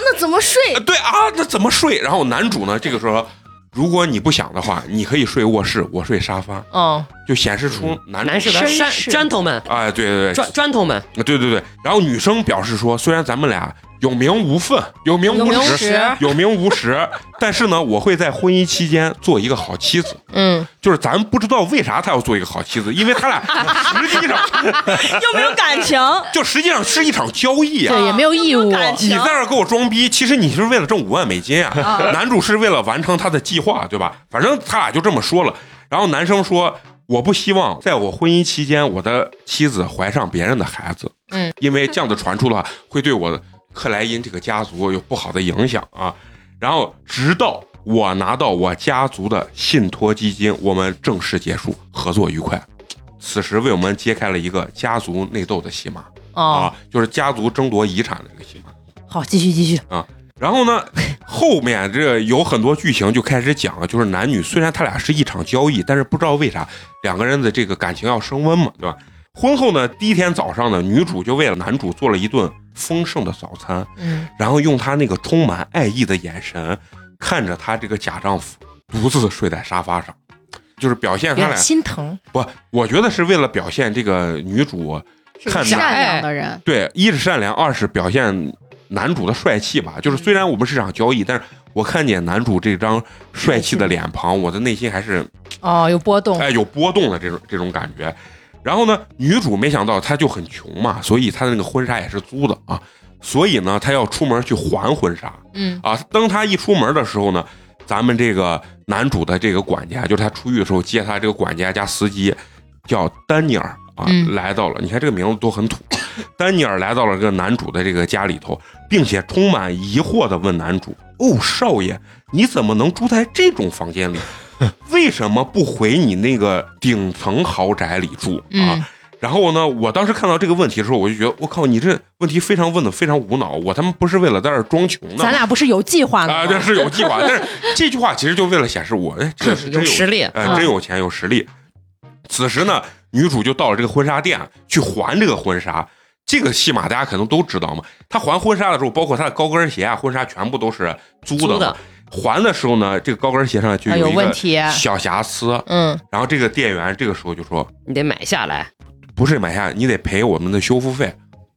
S4: 那怎么睡？
S1: 呃对啊，那怎么睡？然后男主呢，这个时候，如果你不想的话，你可以睡卧室，我睡沙发，
S3: 嗯，
S1: 就显示出男
S2: 男士的
S3: 绅
S2: 山
S3: 士
S2: 砖头们，
S1: 哎，对对对
S2: 砖，砖头们，
S1: 对对对。然后女生表示说，虽然咱们俩有名无分，有名
S4: 有
S1: 无
S4: 名无
S1: 实，
S4: 实
S1: 有名无实， 但是呢，我会在婚姻期间做一个好妻子。
S3: 嗯，
S1: 就是咱不知道为啥他要做一个好妻子，因为他俩 实际上
S4: 又没有感情，
S1: 就实际上是一场交易啊。
S3: 对，也没有义务，
S4: 感
S1: 你
S4: 情
S1: 在那儿给我装逼，其实你是为了挣五万美金啊！ 男主是为了完成他的计划，对吧？反正他俩就这么说了。然后男生说：“我不希望在我婚姻期间，我的妻子怀上别人的孩子，
S3: 嗯，
S1: 因为这样子传出的话，会对我克莱因这个家族有不好的影响啊。”然后直到我拿到我家族的信托基金，我们正式结束合作愉快。此时为我们揭开了一个家族内斗的戏码、
S3: 哦，
S1: 啊，就是家族争夺遗产的一个戏码。
S3: 好，继续继续，
S1: 然后呢，后面这有很多剧情就开始讲了，就是男女虽然他俩是一场交易，但是不知道为啥两个人的这个感情要升温嘛，对吧？婚后呢，第一天早上呢，女主就为了男主做了一顿丰盛的早餐，
S3: 嗯，
S1: 然后用她那个充满爱意的眼神看着她这个假丈夫独自睡在沙发上，就是表现
S3: 有
S1: 他俩
S3: 点心疼，
S1: 不，我觉得是为了表现这个女主
S5: 是
S1: 看
S5: 个
S1: 着
S5: 善良的人，
S1: 对，一是善良，二是表现男主的帅气吧。就是虽然我们是场交易，但是我看见男主这张帅气的脸庞，我的内心还是
S3: 哦，有波动，
S1: 哎有波动的这种这种感觉。然后呢，女主没想到她就很穷嘛，所以她的那个婚纱也是租的啊，所以呢，她要出门去还婚纱
S3: 嗯，
S1: 啊。当她一出门的时候呢，咱们这个男主的这个管家，就是他出狱的时候接他这个管家加司机，叫丹尼尔啊，
S3: 嗯
S1: 来到了。你看这个名字都很土，丹尼尔来到了这个男主的这个家里头，并且充满疑惑的问男主：“哦，少爷，你怎么能住在这种房 间里？为什么不回你那个顶层豪宅里住啊？”
S3: 嗯
S1: 然后呢，我当时看到这个问题的时候，我就觉得，我靠，你这问题非常问的非常无脑，我他妈不是为了在这儿装穷呢吗，
S3: 咱俩不是有计划的
S1: 啊，这
S3: 吗？
S1: 是有计划，但是这句话其实就为了显示我，哎， 这是真
S2: 有实力
S1: 哎，
S3: 啊
S1: 真有钱有实力。此时呢，女主就到了这个婚纱店去还这个婚纱。这个戏码大家可能都知道嘛，她还婚纱的时候，包括她的高跟鞋啊、婚纱全部都是租的嘛。
S2: 租的
S1: 还的时候呢，这个高跟鞋上就
S3: 啊
S1: 一
S3: 有问
S1: 个
S3: 题，
S1: 小瑕疵，
S3: 嗯，
S1: 然后这个店员这个时候就说
S2: 你得买下来。：“
S1: 不是买下，你得赔我们的修复费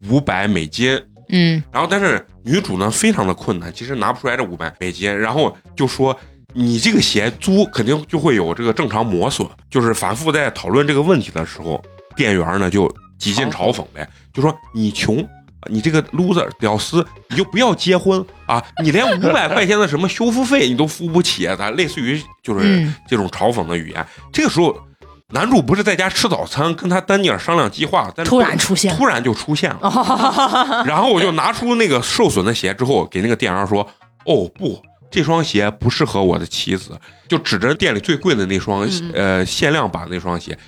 S1: 五百美金。”
S5: 嗯
S1: 然后但是女主呢非常的困难，其实拿不出来这五百美金，然后就说你这个鞋租肯定就会有这个正常磨损，就是反复在讨论这个问题的时候，店员呢就极尽嘲讽
S3: 哦
S1: 呗，就说你穷。你这个 loser 屌丝，你就不要结婚啊！你连五百块钱的什么修复费你都付不起，啊咱类似于就是
S5: 嗯
S1: 这种嘲讽的语言。这个时候，男主不是在家吃早餐，跟他丹尼尔商量计划，但是
S3: 突然出现，
S1: 突然就出现了， 然后我就拿出那个受损的鞋之后，给那个店员说：“哦不，这双鞋不适合我的妻子。”就指着店里最贵的那双，
S5: 嗯
S1: 呃，限量版那双鞋，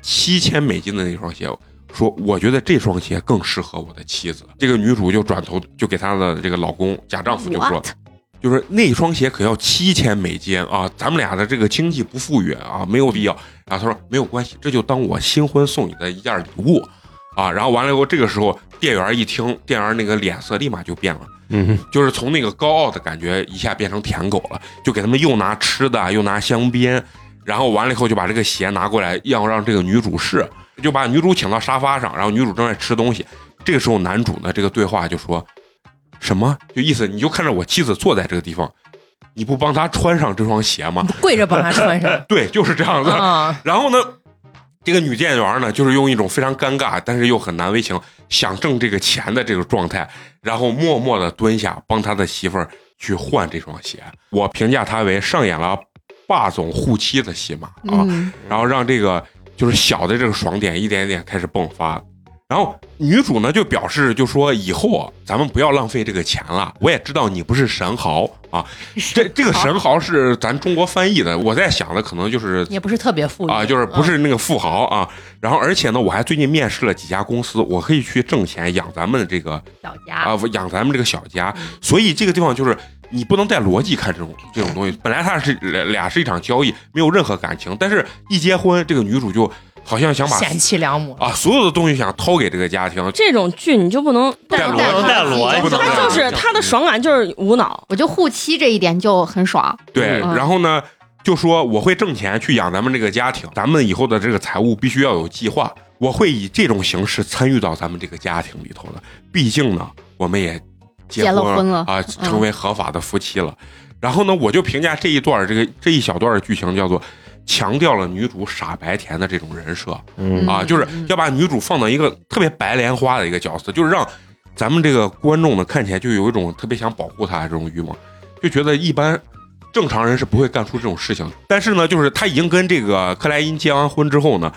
S1: 七千美金的那双鞋，说：“我觉得这双鞋更适合我的妻子。”这个女主就转头就给她的这个老公假丈夫就说。就是那双鞋可要七千美金啊！咱们俩的这个经济不富裕啊，没有必要。然后他说没有关系，这就当我新婚送你的一件礼物啊。然后完了以后，这个时候店员一听，店员那个脸色立马就变了，
S6: 嗯，
S1: 就是从那个高傲的感觉一下变成舔狗了，就给他们又拿吃的，啊又拿香槟，然后完了以后就把这个鞋拿过来，要让这个女主试，就把女主请到沙发上，然后女主正在吃东西，这个时候男主呢这个对话就说什么，就意思你就看着我妻子坐在这个地方，你不帮她穿上这双鞋吗？
S3: 跪着帮他穿上
S1: 对，就是这样子。
S3: 啊，
S1: 然后呢，这个女店员呢，就是用一种非常尴尬，但是又很难为情，想挣这个钱的这个状态，然后默默的蹲下，帮他的媳妇儿去换这双鞋。我评价他为上演了霸总护妻的戏码啊，
S5: 嗯
S1: 然后让这个就是小的这个爽点一点一点开始迸发。然后女主呢就表示，就说以后啊咱们不要浪费这个钱了。我也知道你不是神豪啊，这这个神豪是咱中国翻译的，我在想的可能就是
S3: 也不是特别富裕嗯
S1: 啊，就是不是那个富豪啊。然后而且呢，我还最近面试了几家公司，我可以去挣钱养咱们这个
S5: 小家，
S1: 啊，养咱们这个小家。所以这个地方就是你不能带逻辑看这种这种东西。本来它是俩俩是一场交易，没有任何感情，但是一结婚，这个女主就好像想把
S3: 贤妻良母。
S1: 啊所有的东西想掏给这个家庭。
S4: 这种剧你就不能带
S1: 带
S5: 不
S1: 逻辑
S5: 带逻
S1: 不
S5: 辑
S1: 能
S4: 他
S1: 带
S4: 就
S1: 逻辑
S4: 是他的爽感就是无脑，
S5: 我就护妻这一点就很爽。
S1: 对，
S5: 嗯
S1: 然后呢，就说我会挣钱去养咱们这个家庭，咱们以后的这个财务必须要有计划。我会以这种形式参与到咱们这个家庭里头的，毕竟呢，我们也结
S5: 结了
S1: 婚
S5: 婚了嗯
S1: 啊，成为合法的夫妻了。然后呢，我就评价这一段儿这个这一小段儿剧情叫做强调了女主傻白甜的这种人设，
S6: 嗯
S1: 啊，就是要把女主放到一个特别白莲花的一个角色，就是让咱们这个观众呢看起来就有一种特别想保护她的这种欲望，就觉得一般正常人是不会干出这种事情。但是呢，就是他已经跟这个克莱因结完婚之后呢，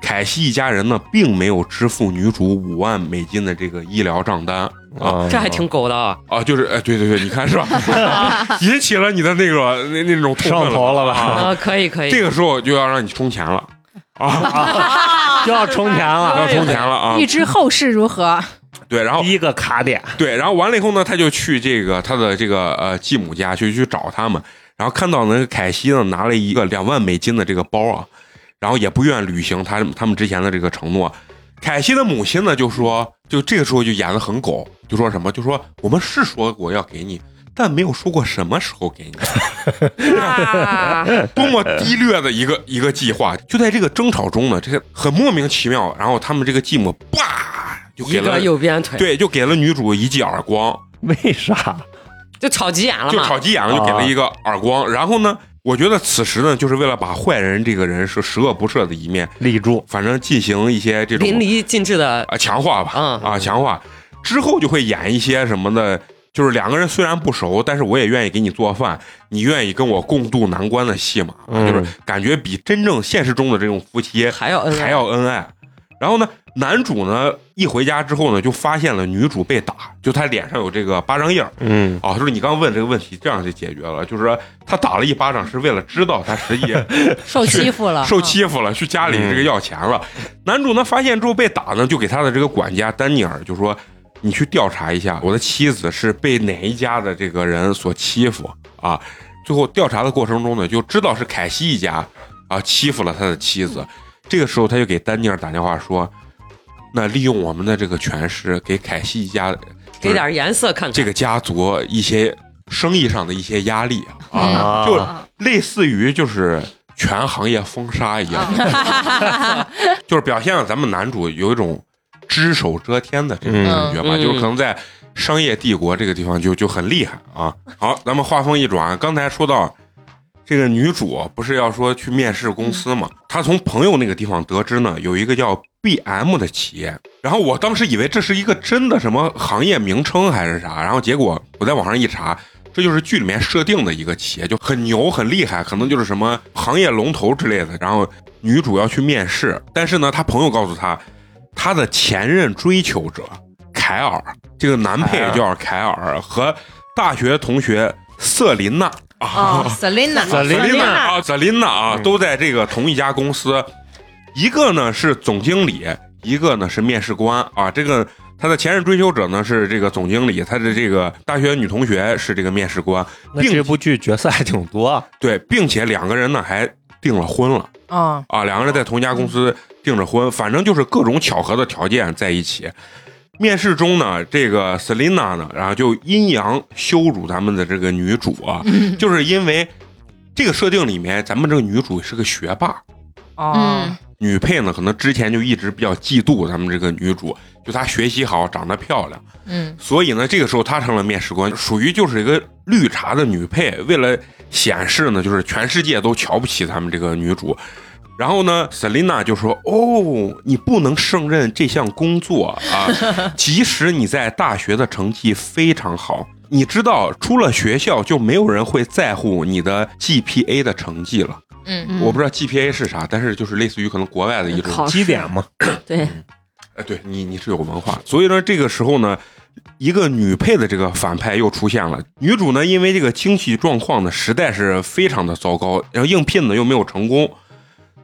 S1: 凯西一家人呢并没有支付女主五万美金的这个医疗账单啊
S6: 啊
S2: 这还挺狗的啊！
S1: 啊，就是哎，对对对，你看是吧？ 引起了你的那个那那种痛
S6: 上
S1: 恨了。
S6: 头了吧？
S1: 啊
S2: 啊，可以可以，
S1: 这个时候就要让你充钱了啊，
S6: 就要充钱
S1: 要
S6: 了，
S1: 充钱了啊
S3: 欲！知后事如 何？啊
S1: 对，然后
S6: 第一个卡点，
S1: 对，然后完了以后呢，他就去这个他的这个呃继母家去去找他们，然后看到那个凯西呢拿了一个两万美金的这个包啊，然后也不愿履行他他们之前的这个承诺。凯西的母亲呢就说，就这个时候就演的很狗，就说什么，就说我们是说过要给你，但没有说过什么时候给 你。
S2: 啊
S1: 多么低劣的一个一个计划！就在这个争吵中呢，这个很莫名其妙，然后他们这个继母叭就
S2: 一
S1: 给了
S2: 个右边腿，
S1: 对，就给了女主一记耳光，
S6: 为啥？
S2: 就吵急眼了
S1: 就
S2: 嘛
S1: 吵。急眼了，就给了一个耳光。然后呢，我觉得此时呢，就是为了把坏人这个人是十恶不赦的一面，
S6: 立住，
S1: 反正进行一些这种
S2: 淋漓尽致的
S1: 啊强化吧，
S2: 嗯
S1: 啊强化之后就会演一些什么的，就是两个人虽然不熟，但是我也愿意给你做饭，你愿意跟我共度难关的戏码，
S6: 嗯
S1: 就是感觉比真正现实中的这种夫妻
S2: 还呃要恩爱，
S1: 还要恩爱。然后呢，男主呢一回家之后呢，就发现了女主被打，就他脸上有这个巴掌印儿
S6: 嗯，
S1: 啊，就是你刚问这个问题，这样就解决了，就是说他打了一巴掌是为了知道他实际
S3: 受欺负了，
S1: 受欺负了，去家里这个要钱了。男主呢发现之后被打呢，就给他的这个管家丹尼尔就说：“你去调查一下，我的妻子是被哪一家的这个人所欺负啊？”最后调查的过程中呢，就知道是凯西一家啊欺负了他的妻子。这个时候他就给丹尼尔打电话说：“那利用我们的这个权势，给凯西一家
S2: 给点颜色看看。
S1: 这个家族一些生意上的一些压力
S2: 嗯
S1: 啊，
S6: 啊
S1: 就类似于就是
S2: 啊
S1: 全行业封杀一样，就是表现了咱们男主有一种只手遮天的这种感觉吧，
S2: 嗯
S1: 就是可能在商业帝国这个地方就就很厉害啊。好，咱们话锋一转，刚才说到这个女主不是要说去面试公司嘛，她从朋友那个地方得知呢，有一个叫 BM 的企业，然后我当时以为这是一个真的什么行业名称还是啥，然后结果我在网上一查，这就是剧里面设定的一个企业，就很牛很厉害，可能就是什么行业龙头之类的。然后女主要去面试，但是呢，她朋友告诉她，她的前任追求者凯尔，这个男配叫凯尔，和大学同学瑟琳娜
S3: 啊，Selina，
S1: 琳娜啊，瑟琳娜啊，
S6: 嗯
S1: 都在这个同一家公司，一个呢是总经理，一个呢是面试官啊。这个他的前任追求者呢是这个总经理，他的这个大学女同学是这个面试官，
S6: 那
S1: 并
S6: 这部剧角色还挺多啊，
S1: 对，并且两个人呢还订了婚了
S3: 啊，
S1: 啊，两个人在同一家公司订着婚，反正就是各种巧合的条件在一起。面试中呢，这个 Selina 呢，然后就阴阳羞辱咱们的这个女主啊，就是因为这个设定里面，咱们这个女主是个学霸，
S5: 嗯
S3: 哦，
S1: 女配呢，可能之前就一直比较嫉妒咱们这个女主，就她学习好，长得漂亮，
S3: 嗯
S1: 所以呢，这个时候她成了面试官，属于就是一个绿茶的女配。为了显示呢，就是全世界都瞧不起咱们这个女主。然后呢，Selina 就说：“哦，你不能胜任这项工作 啊，即使你在大学的成绩非常好。”你知道，出了学校就没有人会在乎你的 GPA 的成绩了。
S3: 嗯，
S5: 嗯
S1: 我不知道 GPA 是啥，但是就是类似于可能国外的一种
S4: 考试
S6: 基点嘛，
S4: 对，
S1: 哎，对你你是有文化，所以呢，这个时候呢，一个女配的这个反派又出现了。女主呢，因为这个经济状况呢，实在是非常的糟糕，然后应聘呢又没有成功，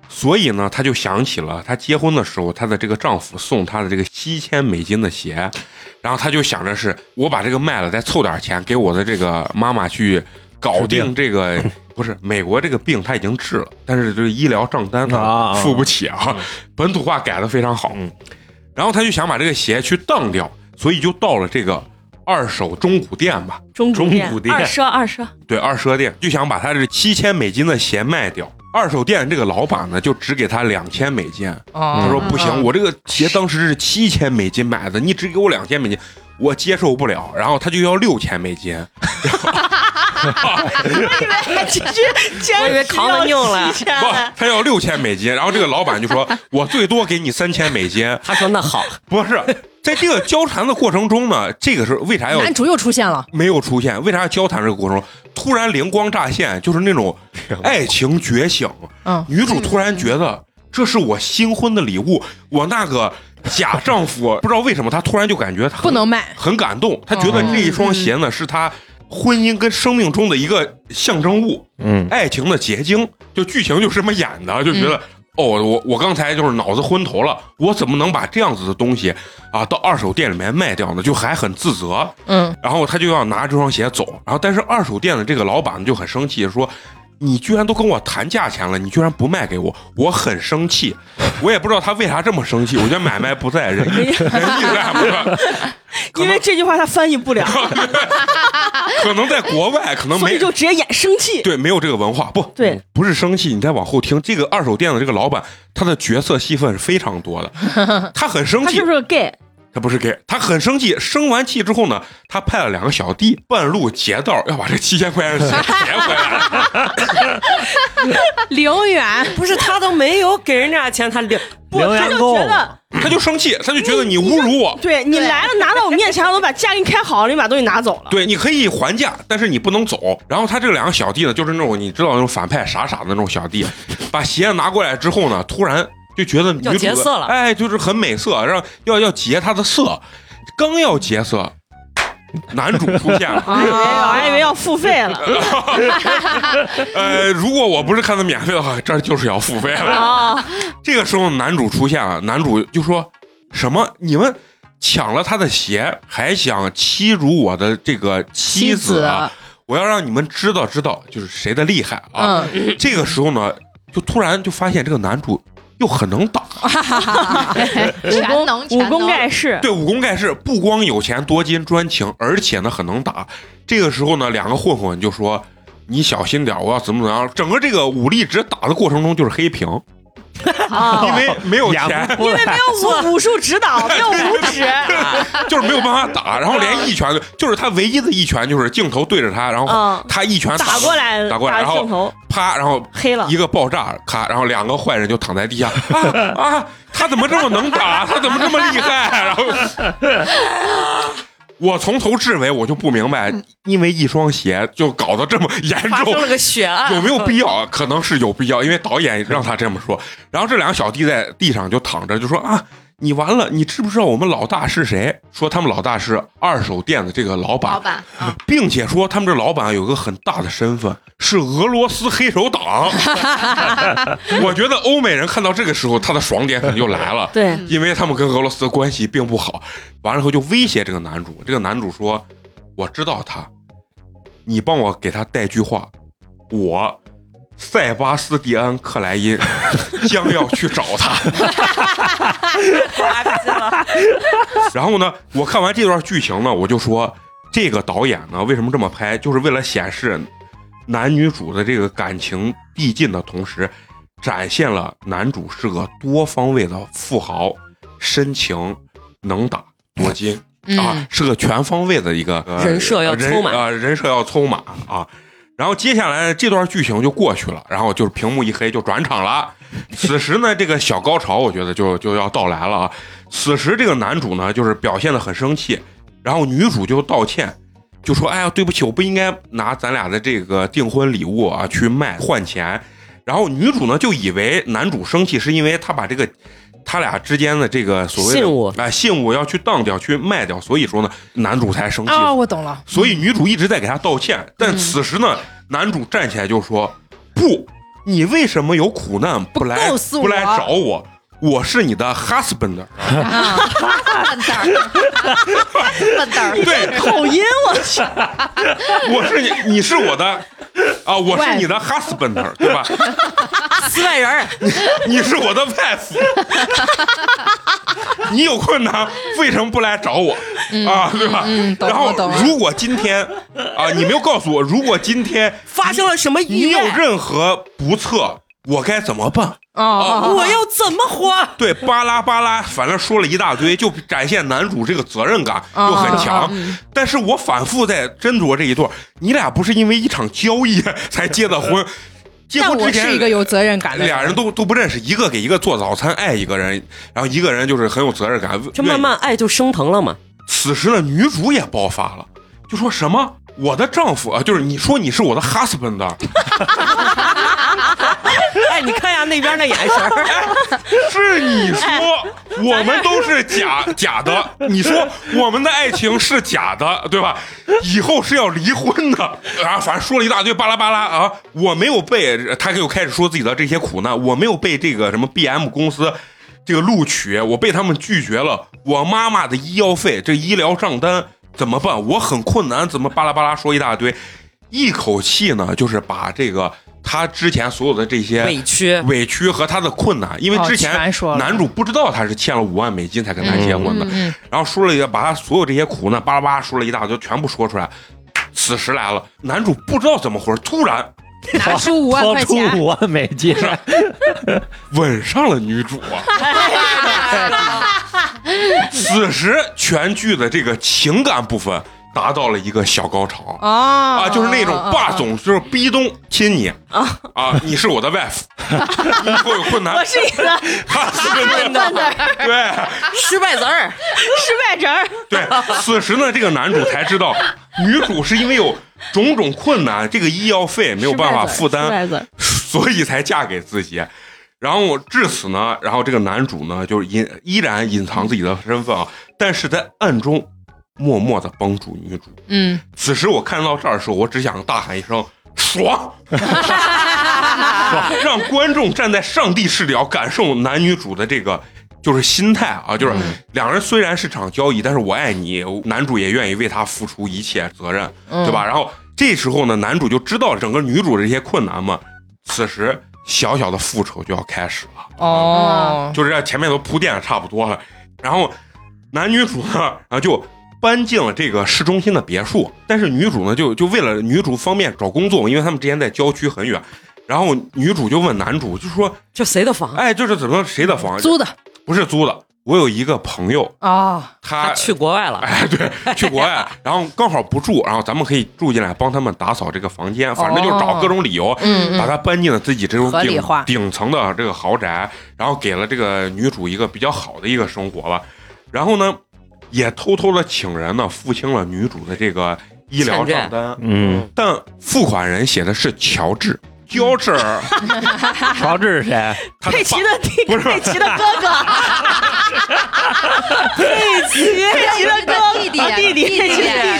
S1: 所以呢，她就想起了她结婚的时候，她的这个丈夫送她的这个七千美金的鞋，然后她就想着是我把这个卖了，再凑点钱给我的这个妈妈去搞定这个。不是美国这个病她已经治了，但是这个医疗账单
S6: 啊啊
S1: 呢
S6: 啊
S1: 付不起啊，本土化改的非常好。
S6: 嗯
S1: 然后他就想把这个鞋去当掉，所以就到了这个二手中古店吧，
S4: 中古
S6: 中
S4: 店
S6: 古店
S4: 二奢二奢，
S1: 对，二奢店就想把他这七千美金的鞋卖掉。二手店这个老板呢，就只给他两千美金，
S6: 啊
S3: 哦，
S1: 他说不
S4: 嗯
S1: 行，我这个鞋当时是七千美金买的，你只给我两千美金，我接受不了。然后他就要六千美 金，
S2: 我以为扛得硬了，
S1: 不，他要六千美金。然后这个老板就说， 我最多给你三千美金。
S2: 他说那 好，
S1: 不是，在这个交谈的过程中呢，这个是为啥要
S3: 男主又出现了，
S1: 没有出现，为啥交谈这个过程中突然灵光乍现，就是那种爱情觉醒？
S3: 嗯
S1: 女主突然觉得这是我新婚的礼物，我那个假丈 夫不知道为什么，她突然就感觉她很
S3: 不能卖，
S1: 很感动，她觉得这一双鞋呢是她婚姻跟生命中的一个象征物，
S6: 嗯，
S1: 爱情的结晶。就剧情就是这么演的，就觉得。哦，我我刚才就是脑子昏头了，我怎么能把这样子的东西啊到二手店里面卖掉呢？就还很自责，
S3: 嗯，
S1: 然后他就要拿这双鞋走，然后但是二手店的这个老板就很生气，说。你居然都跟我谈价钱了，你居然不卖给我，我很生气，我也不知道他为啥这么生气。我觉得买卖不在人，人意在不在，可
S4: 因为
S1: 能
S4: 这句话他翻译不了，
S1: 可能在国外可能
S4: 所
S1: 没
S4: 以就直接演生气。
S1: 对没有这个文化，不
S4: 对，
S1: 不是生气。你再往后听，这个二手店的这个老板，他的角色戏份是非常多的， 他很生
S4: 他
S1: 气
S4: 是不，是个 gay？
S1: 他不是 gay，他很生气。生完气之后呢，他派了两个小弟半路劫道，要把这七千块钱的鞋劫回来。
S3: 零元，
S2: 不是他都没有给人家钱，他领
S4: 不，
S6: 零
S4: 他
S6: 元
S4: 就
S6: 购
S4: 觉得，
S1: 他就生气，他就觉得你侮辱我。
S4: 对你来了，拿到我面前，我都把价给你开好了，你把东西拿走了。
S1: 对，你可以还价，但是你不能走。然后他这两个小弟呢，就是那种你知道那种反派傻傻的那种小弟，把鞋拿过来之后呢，突然就觉得女主
S2: 要劫色了
S1: 哎，就是很美色，让要要劫他的 色，刚要劫色，男主出现 了。
S4: 哎呦，我还以为要付费了
S1: 呃，如果我不是看的免费的话，这儿就是要付费了。
S4: 啊！
S1: 这个时候男主出现了，男主就说什么你们。抢了他的鞋，还想欺辱我的这个妻子啊！我要让你们知道知道，就是谁的厉害啊！
S3: 嗯，
S1: 这个时候呢，就突然就发现这个男主又很能 打，
S5: 全能
S4: 武功
S5: 全能
S4: 盖世，
S1: 对武功盖世，不光有钱多金专情，而且呢很能打。这个时候呢，两个混混就说：“你小心点儿，我要怎么怎么样。”整个这个武力值打的过程中就是黑屏，
S5: 啊
S1: 因为没有
S6: 演
S1: 钱，
S6: 不出来，
S4: 武武术指导没有五指，
S1: 就是没有办法打，然后连一拳都，就是他唯一的一拳就是镜头对着他，然后
S4: 嗯，
S1: 他一拳
S4: 打过，来，
S1: 打过来然后
S4: 镜头
S1: 啪，然后
S4: 黑了
S1: 一，个爆炸，咔，然后两个坏人就躺在地下，啊啊，他怎么这么能打？他怎么这么厉害？啊 然后，我从头至尾我就不明白，因为一双鞋就搞得这么严
S2: 发
S1: 重
S2: 生，了个血案，
S1: 有没有必要啊？可能是有必要，因为导演让他这么 说。然后这两个小弟在地上就躺着，就说啊。你完了！你知不知道我们老大是谁？说他们老大是二手店的这个老板
S5: 老，板啊，
S1: 并且说他们这老板有个很大的身份是俄罗斯黑手 党。我觉得欧美人看到这个时候，他的爽点可能就来了，
S4: 对，
S1: 因为他们跟俄罗斯的关系并不好。完了以后就威胁这个男主，这个男主说：“我知道他，你帮我给他带句话，我。”塞巴斯蒂安·克莱因 将要去找他，
S2: 打起了，
S1: 然后呢，我看完这段剧情呢，我就说这个导演呢为什么这么拍，就是为了显示男女主的这个感情递进的同时，展现了男主是个多方位的富豪，深情能打多金。啊，是个全方位的一个、呃
S2: 嗯人设要
S1: 人
S2: 凑满
S1: 啊、人设要凑满啊。然后接下来这段剧情就过去了，然后就是屏幕一黑就转场了。此时呢，这个小高潮我觉得就就要到来了啊。此时这个男主呢，就是表现的很生气，然后女主就道歉，就说：“哎呀，对不起，我不应该拿咱俩的这个订婚礼物啊去卖换钱。”然后女主呢就以为男主生气是因为他把这个他俩之间的这个所谓的
S2: 信物
S1: 哎信物要去当掉去卖掉，所以说呢男主才生气。
S3: 啊，我懂了，
S1: 所以女主一直在给他道
S5: 嗯
S1: 歉，但此时呢，男主站起来就说：“不，你为什么有苦难不来
S3: 不
S1: 不
S3: 告诉我
S1: 来找我？我是你的 husband。
S5: 啊 笨 蛋儿，笨蛋”儿，
S1: 对，
S4: 口音我去，
S1: 我是你，你是我的啊，我是你的 husband，对吧？
S2: 四外人儿，
S1: 你是我的外夫，你有困难为什么不来找我、啊？对吧？
S3: 嗯懂了
S1: 然后
S3: 懂了
S1: 如果今天啊，你没有告诉我，如果今天
S2: 发生了什么
S1: 你
S2: 意
S1: 有
S2: 外？
S1: 任何不测，我该怎么办？啊
S3: 哦，
S2: 我要怎么活？
S1: 对，巴拉巴拉，反正说了一大堆，就展现男主这个责任感
S3: 嗯
S1: 又很强。但是我反复在斟酌这一段，你俩不是因为一场交易 才结的婚，结
S3: 但
S1: 婚
S3: 我
S1: 之
S3: 是一
S1: 前
S3: 个。有责任感的
S1: 俩人都都不认识，一个给一个做早餐，爱一个人，然后一个人就是很有责任感。
S2: 这慢慢爱就升腾了嘛。
S1: 此时呢，女主也爆发了，就说什么我的丈夫啊，就是你说你是我的 husband，啊
S2: 哎，你看一下那边那眼神儿，
S1: 是你说我们都是假假的，你说我们的爱情是假的，对吧？以后是要离婚的啊！反正说了一大堆巴拉巴拉啊，我没有被他又开始说自己的这些苦难，我没有被这个什么 BM 公司。这个录取我被他们拒绝了，我妈妈的医药费这医疗账单怎么办？我很困难，怎么巴拉巴拉说一大堆，一口气呢，就是把这个他之前所有的这些
S2: 委屈。
S1: 委屈和他的困难，因为
S3: 哦
S1: 之前
S3: 全说了
S1: 男主不知道他是欠了五万美金才跟他结婚的，
S3: 嗯
S1: 然后说了一个把他所有这些苦难巴拉巴拉说了一大堆，全部说出来。此时来了，男主不知道怎么回事，突然
S3: 拿出五万
S6: 掏
S3: 块
S6: 出
S3: 钱，
S6: 五万美 金，
S1: 吻上了女 主啊！此时全剧的这个情感部分达到了一个小高潮
S3: 啊啊
S1: 啊，就是那种霸，总，就是逼咚亲你啊啊，你是我的 wife，你以后有困难，我是你 的 husband，对，
S2: 失败子儿，
S4: 失败人儿，
S1: 对， 此时呢，这个男主才知道，女主是因为有种种困难，这个医药费没有办法负
S4: 失败
S1: 担，
S4: 子儿，
S1: 所以才嫁给自己。然后至此呢，然后这个男主呢，就是隐依然隐藏自己的身份啊，但是在暗中默默的帮助女主。
S3: 嗯，
S1: 此时我看到这儿的时候，我只想大喊一声“爽”，爽 让观众站在上帝视角感受男女主的这个就是心态啊，就是两人虽然是场交易，但是我爱你，男主也愿意为他付出一切责任，
S3: 嗯
S1: 对吧？然后这时候呢，男主就知道整个女主的这些困难嘛，此时小小的复仇就要开始了。
S3: 哦，
S1: 就是这前面都铺垫的差不多了，然后男女主呢，然后就搬进了这个市中心的别墅，但是女主呢，就就为了女主方便找工作，因为他们之前在郊区很远，然后女主就问男主，就说
S2: 这谁的房？
S1: 哎，这是怎么谁的房？
S3: 租的
S1: 不是租的。我有一个朋友，
S3: 啊，
S1: 他
S2: 他去国外了，
S1: 哎，对，去国 外，然后刚好不住，然后咱们可以住进来，帮他们打扫这个房间，反正就是找各种理由，
S5: 嗯
S1: 把他搬进了自己这种
S3: 哦合理
S1: 顶
S3: 化
S1: 顶层的这个豪宅，然后给了这个女主一个比较好的一个生活吧。然后呢，也偷偷的请人呢付清了女主的这个医疗
S2: 欠债
S1: 账单，
S6: 嗯，
S1: 但付款人写的是乔治。乔治，
S6: 乔治是谁？
S1: 他
S4: 佩
S1: 的
S4: 奇
S1: 爸
S4: 的弟，
S1: 不是
S4: 佩奇的哥哥，佩奇，佩奇的哥
S5: 弟弟
S4: 啊弟弟
S5: 弟
S4: 弟弟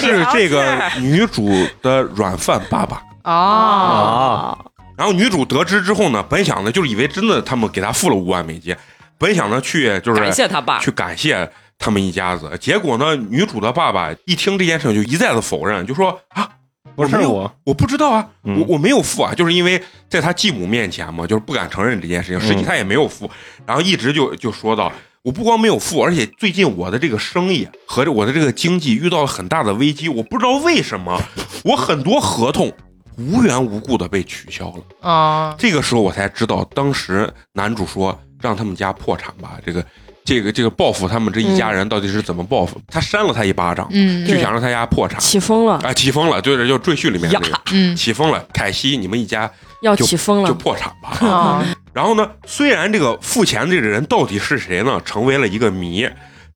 S1: 是这 个女主的软饭爸爸。
S3: 哦，
S6: 啊，
S1: 然后女主得知之后呢，本想呢就是以为真的他们给她付了五万美金，本想呢去就是
S2: 感谢他爸。
S1: 去感谢他们一家子。结果呢，女主的爸爸一听这件事情就一再的否认，就说啊，
S6: 不是
S1: 没有，
S6: 我，
S1: 我不知道啊，
S6: 嗯
S1: 我我没有付啊，就是因为在他继母面前嘛，就是不敢承认这件事情，实际
S6: 嗯
S1: 他也没有付，然后一直就就说到。我不光没有付，而且最近我的这个生意啊和我的这个经济遇到了很大的危机，我不知道为什么， 我很多合同无缘无故的被取消了。
S3: 啊，
S1: 这个时候我才知道，当时男主说让他们家破产吧，这个这个这个报复他们这一家人到底是怎么报复？他扇了他一巴掌，
S5: 嗯
S1: 就想让他家破产。
S4: 起风了，
S1: 啊，起风了，对对，就赘婿里面那个
S2: 呀
S5: 嗯
S1: 起风了，凯西，你们一家
S4: 要
S1: 就
S4: 起风
S1: 就
S4: 了，
S1: 破产吧。
S3: 啊，
S1: 然后呢，虽然这个付钱这个人到底是谁呢，成为了一个谜，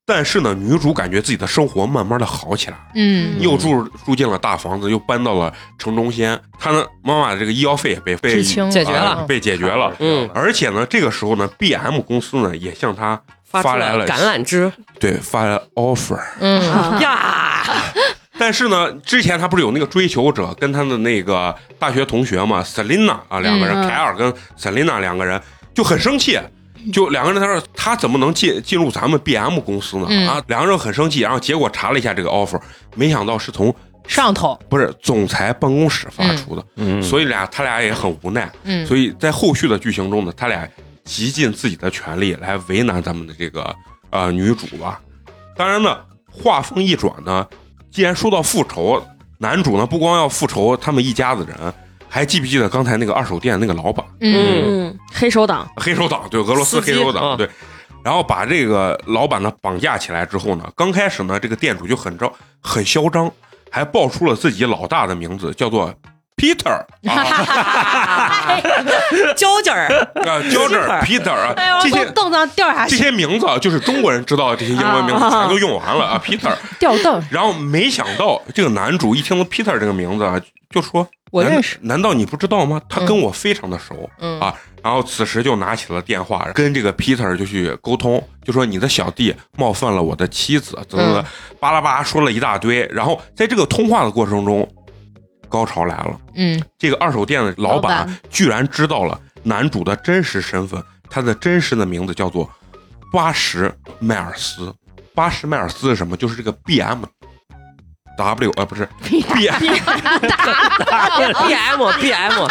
S1: 但是呢，女主感觉自己的生活慢慢的好起来。
S5: 嗯
S1: 又住住进了大房子，又搬到了城中心。她呢，妈妈这个医药费也被被
S3: 知青
S2: 解决了
S1: 啊被解决了。
S2: 嗯，
S1: 而且呢，这个时候呢，BM 公司呢也向他
S2: 出
S1: 发来了
S2: 橄榄枝
S1: 对发来了 offer，
S3: 嗯，
S4: 啊
S2: 呀，
S1: 但是呢，之前他不是有那个追求者跟他的那个大学同学嘛，Selina 啊两个人，
S5: 嗯嗯
S1: 凯尔跟 Selina 两个人就很生气。就两个人，他说他怎么能进进入咱们 BM 公司呢？
S3: 嗯
S1: 啊，两个人很生气，然后结果查了一下这个 offer，没想到是从
S3: 上头，
S1: 不是总裁办公室发出的，
S6: 嗯，
S1: 所以俩他俩也很无奈，
S3: 嗯，
S1: 所以在后续的剧情中呢，他俩极尽自己的权利来为难咱们的这个呃女主吧。当然呢，话锋一转呢，既然说到复仇，男主呢不光要复仇他们一家子人，还记不记得刚才那个二手店那个老板，
S5: 嗯
S4: 嗯，黑手党，
S1: 黑手党，对，俄罗斯
S2: 司机
S1: 黑手党，
S2: 啊
S1: 对。然后把这个老板呢绑架起来之后呢，刚开始呢，这个店主就很招很嚣张，还报出了自己老大的名字，叫做 Peter 啊，
S2: 娇娇儿，
S1: 啊叫这 Peter
S3: 哎
S1: 啊，
S3: 呦，
S1: 这
S3: 我
S1: 些
S3: 豆子掉下
S1: 这
S3: 去，
S1: 些名字啊就是中国人知道的这些英文名字全都用完了啊，Peter。
S3: 掉豆，
S1: 然后没想到这个男主一听到 Peter 这个名字啊，就说：“
S3: 我
S1: 难
S3: 认识，
S1: 难道你不知道吗？他跟我非常的熟。
S3: 嗯
S1: 啊然后此时就拿起了电话，跟这个 Peter 就去沟通，就说你的小弟冒犯了我的妻子，怎么怎
S3: 嗯
S1: 么，巴拉巴拉说了一大堆。然后在这个通话的过程中，高潮来了，
S3: 嗯，
S1: 这个二手店的老
S5: 老
S1: 板啊
S5: 板
S1: 居然知道了男主的真实身份，他的真实的名字叫做巴什迈尔斯。巴什迈尔斯是什么？就是这个 B M W 啊，不是 B M
S6: 啊
S2: B M B M
S1: 啊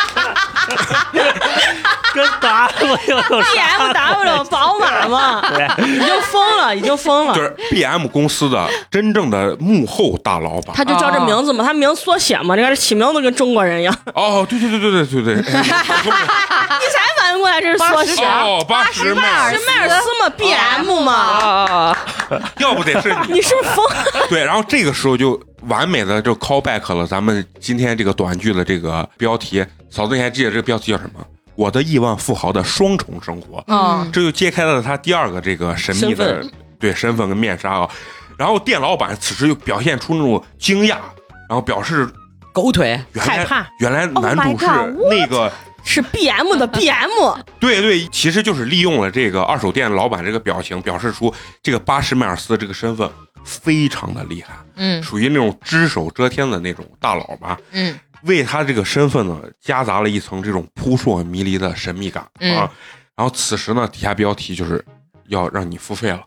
S6: 跟打我又有
S4: B M W 宝马嘛，已经 疯了，已经疯了
S1: 就。是 B M 公司的真正的幕后大老板。
S4: 他就叫这名字
S1: 啊
S4: 嘛，他名缩写嘛，这个起名都跟中国人一样。你
S1: 哦，对对对对对对 对，
S4: 才反应过来这是缩写？哦
S1: 哦，八十迈尔
S4: 是，迈尔斯嘛，B M 嘛，
S2: 啊，
S1: 要不得是你。
S4: 你是不是疯？
S1: 对，然后这个时候就完美的就 call back 了咱们今天这个短剧的这个标题。嫂子，你还记得这个标题叫什么？我的亿万富豪的双重生活。
S3: 啊，
S1: 这就揭开了他第二个这个神秘的
S2: 身
S1: 对身嗯份跟面纱啊。然后店老板此时又表现出那种惊讶，然后表示
S2: 狗腿，
S1: 原来
S3: 害怕
S1: 原来
S5: Oh
S1: 男
S5: my
S1: 主是
S5: God，
S1: 那个。
S4: 是 B M 的 B M，
S1: 对对，其实就是利用了这个二手店老板这个表情，表示出这个巴什迈尔斯这个身份非常的厉害，
S3: 嗯
S1: 属于那种只手遮天的那种大佬吧。
S3: 嗯
S1: 为他这个身份呢，夹杂了一层这种扑朔迷离的神秘感啊。
S3: 嗯
S1: 然后此时呢，底下标题就是要让你付费 了，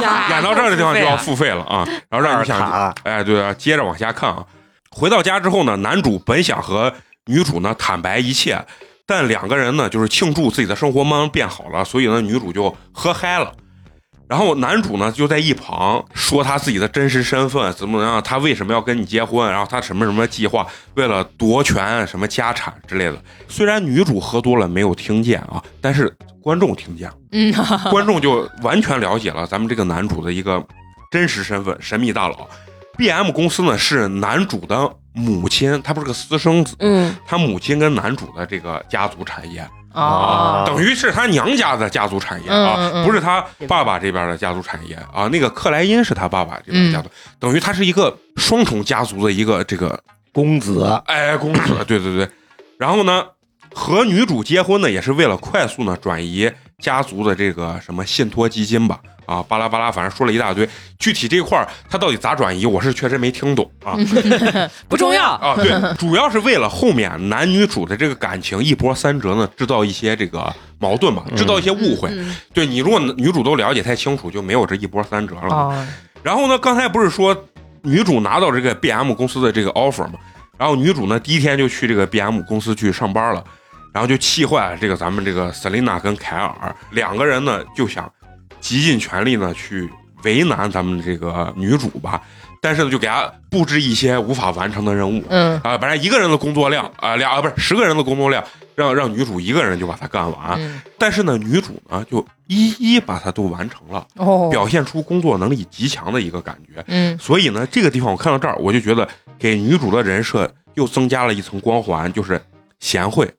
S2: 演
S1: 演到这儿的地方就要付费了啊，然后让你想，
S6: 卡，
S1: 哎，对啊，接着往下看啊。回到家之后呢，男主本想和女主呢坦白一切，但两个人呢就是庆祝自己的生活慢慢变好了，所以呢女主就喝嗨了。然后男主呢就在一旁说他自己的真实身份怎么怎么样，他为什么要跟你结婚，然后他什么什么计划，为了夺权什么家产之类的。虽然女主喝多了没有听见啊，但是观众听见了，
S2: 嗯，
S1: 观众就完全了解了咱们这个男主的一个真实身份——神秘大佬。B M 公司呢是男主的母亲，他不是个私生子，
S4: 嗯，
S1: 他母亲跟男主的这个家族产业，
S2: 哦
S6: 啊
S4: 哦
S1: 等于是他娘家的家族产业啊，
S3: 嗯嗯嗯
S1: 不是他爸爸这边的家族产业啊。那个克莱因是他爸爸这边的家族，
S3: 嗯
S1: 等于他是一个双重家族的一个这个
S6: 公子
S1: 哎公子，对对对。然后呢，和女主结婚呢，也是为了快速呢转移家族的这个什么信托基金吧。啊，巴拉巴拉，反正说了一大堆。具体这块儿他到底咋转移，我是确实没听懂啊。
S2: 不重要。
S1: 啊，对，主要是为了后面男女主的这个感情一波三折呢，制造一些这个矛盾嘛，制造一些误会。
S5: 嗯
S1: 对你，如果女主都了解太清楚，就没有这一波三折了。
S2: 哦，
S1: 然后呢，刚才不是说女主拿到这个 BM 公司的这个 offer 嘛，然后女主呢第一天就去这个 BM 公司去上班了，然后就气坏了这个咱们这个 Selina 跟凯尔两个人呢就想极尽全力呢去为难咱们这个女主吧，但是呢就给她布置一些无法完成的任务。
S3: 嗯
S1: 啊，本来一个人的工作量啊，俩啊不是十个人的工作量，让让女主一个人就把它干完。
S3: 嗯
S1: 但是呢，女主呢就一一把它都完成了，
S3: 哦，
S1: 表现出工作能力极强的一个感觉。
S3: 嗯
S1: 所以呢，这个地方我看到这儿，我就觉得给女主的人设又增加了一层光环，就是贤惠、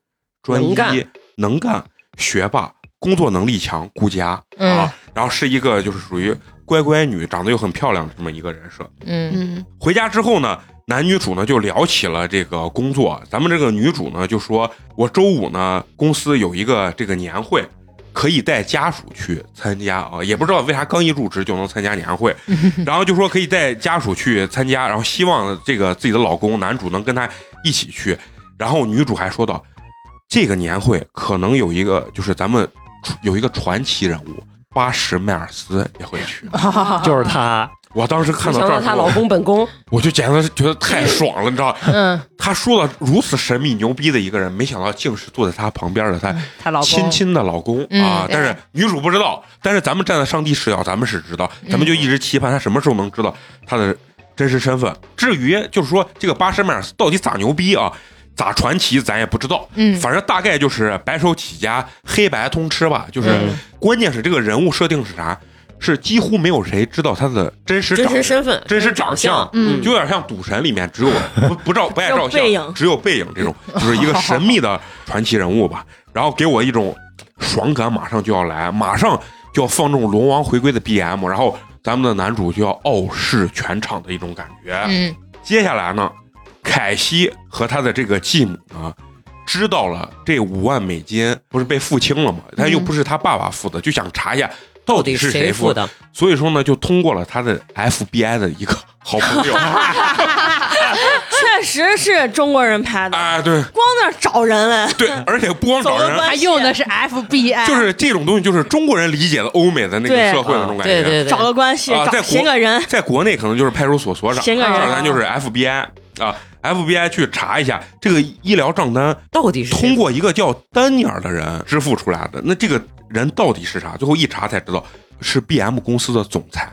S1: 专一、
S2: 能干
S1: 能干学霸、工作能力强、顾家、
S3: 嗯
S1: 啊，然后是一个就是属于乖乖女，长得又很漂亮的这么一个人设。
S3: 嗯
S5: 嗯
S1: 回家之后呢，男女主呢就聊起了这个工作。咱们这个女主呢就说，我周五呢公司有一个这个年会，可以带家属去参加啊，也不知道为啥刚一入职就能参加年会， 然后就说可以带家属去参加，然后希望这个自己的老公男主能跟她一起去。然后女主还说到，这个年会可能有一个就是咱们有一个传奇人物。巴什迈尔斯也会去，
S6: 就是他，
S1: 我当时看
S2: 没
S1: 到
S2: 想
S1: 这儿
S2: 到
S1: 之
S2: 她
S1: 后
S2: 老公本宫，
S1: 我就简直觉得太爽了，你知道？
S3: 嗯，
S1: 他说了如此神秘牛逼的一个人，没想到竟是坐在他旁边的他
S2: 她嗯老公
S1: 亲亲的老公
S3: 嗯
S1: 啊！
S5: 对
S1: 但是女主不知道，但是咱们站在上帝视角，咱们是知道，
S2: 嗯
S1: 咱们就一直期盼他什么时候能知道他的真实身份。至于就是说这个巴什迈尔斯到底咋牛逼啊？咋传奇咱也不知道，
S3: 嗯
S1: 反正大概就是白手起家，黑白通吃吧。就是，
S2: 嗯
S1: 关键是这个人物设定是啥？是几乎没有谁知道他的真实
S2: 真
S1: 长
S2: 实身份，
S1: 真实长相，
S5: 嗯
S1: 就有点像赌神里面只有不不照不爱照
S4: 只有背
S1: 相，
S4: 影
S1: 只有背影这种，就是一个神秘的传奇人物吧。然后给我一种爽感，马上就要来，马上就要放纵龙王回归的 BM，然后咱们的男主就要傲视全场的一种感觉。
S3: 嗯
S1: 接下来呢，凯西和他的这个继母呢，知道了这五万美金不是被付清了吗？他又不是他爸爸付的，就想查一下到
S2: 到
S1: 底
S2: 底
S1: 是
S2: 谁
S1: 付
S2: 付的？
S1: 所以说呢，就通过了他的 FBI 的一个好朋友，啊
S4: 确实是中国人拍的，
S1: 啊，对
S4: 光那儿找人嘞。
S1: 对，而且不光找
S4: 走了
S1: 人，
S4: 吧
S3: 他用的是 FBI，
S1: 就是这种东西，就是中国人理解的欧美的那个
S4: 对
S1: 社会的那种感
S2: 对
S1: 觉。
S2: 对对，
S4: 找个关系，
S1: 啊在国
S4: 找寻个人，
S1: 在国内可能就是啊派出所所长，
S4: 寻个
S1: 这儿
S4: 人，
S1: 咱就是 FBI 啊，FBI 去查一下这个医疗账单，
S2: 到底是谁
S1: 通过一个叫丹尼尔的人支付出来的。那这个人到底是啥？最后一查才知道是 BM 公司的总裁。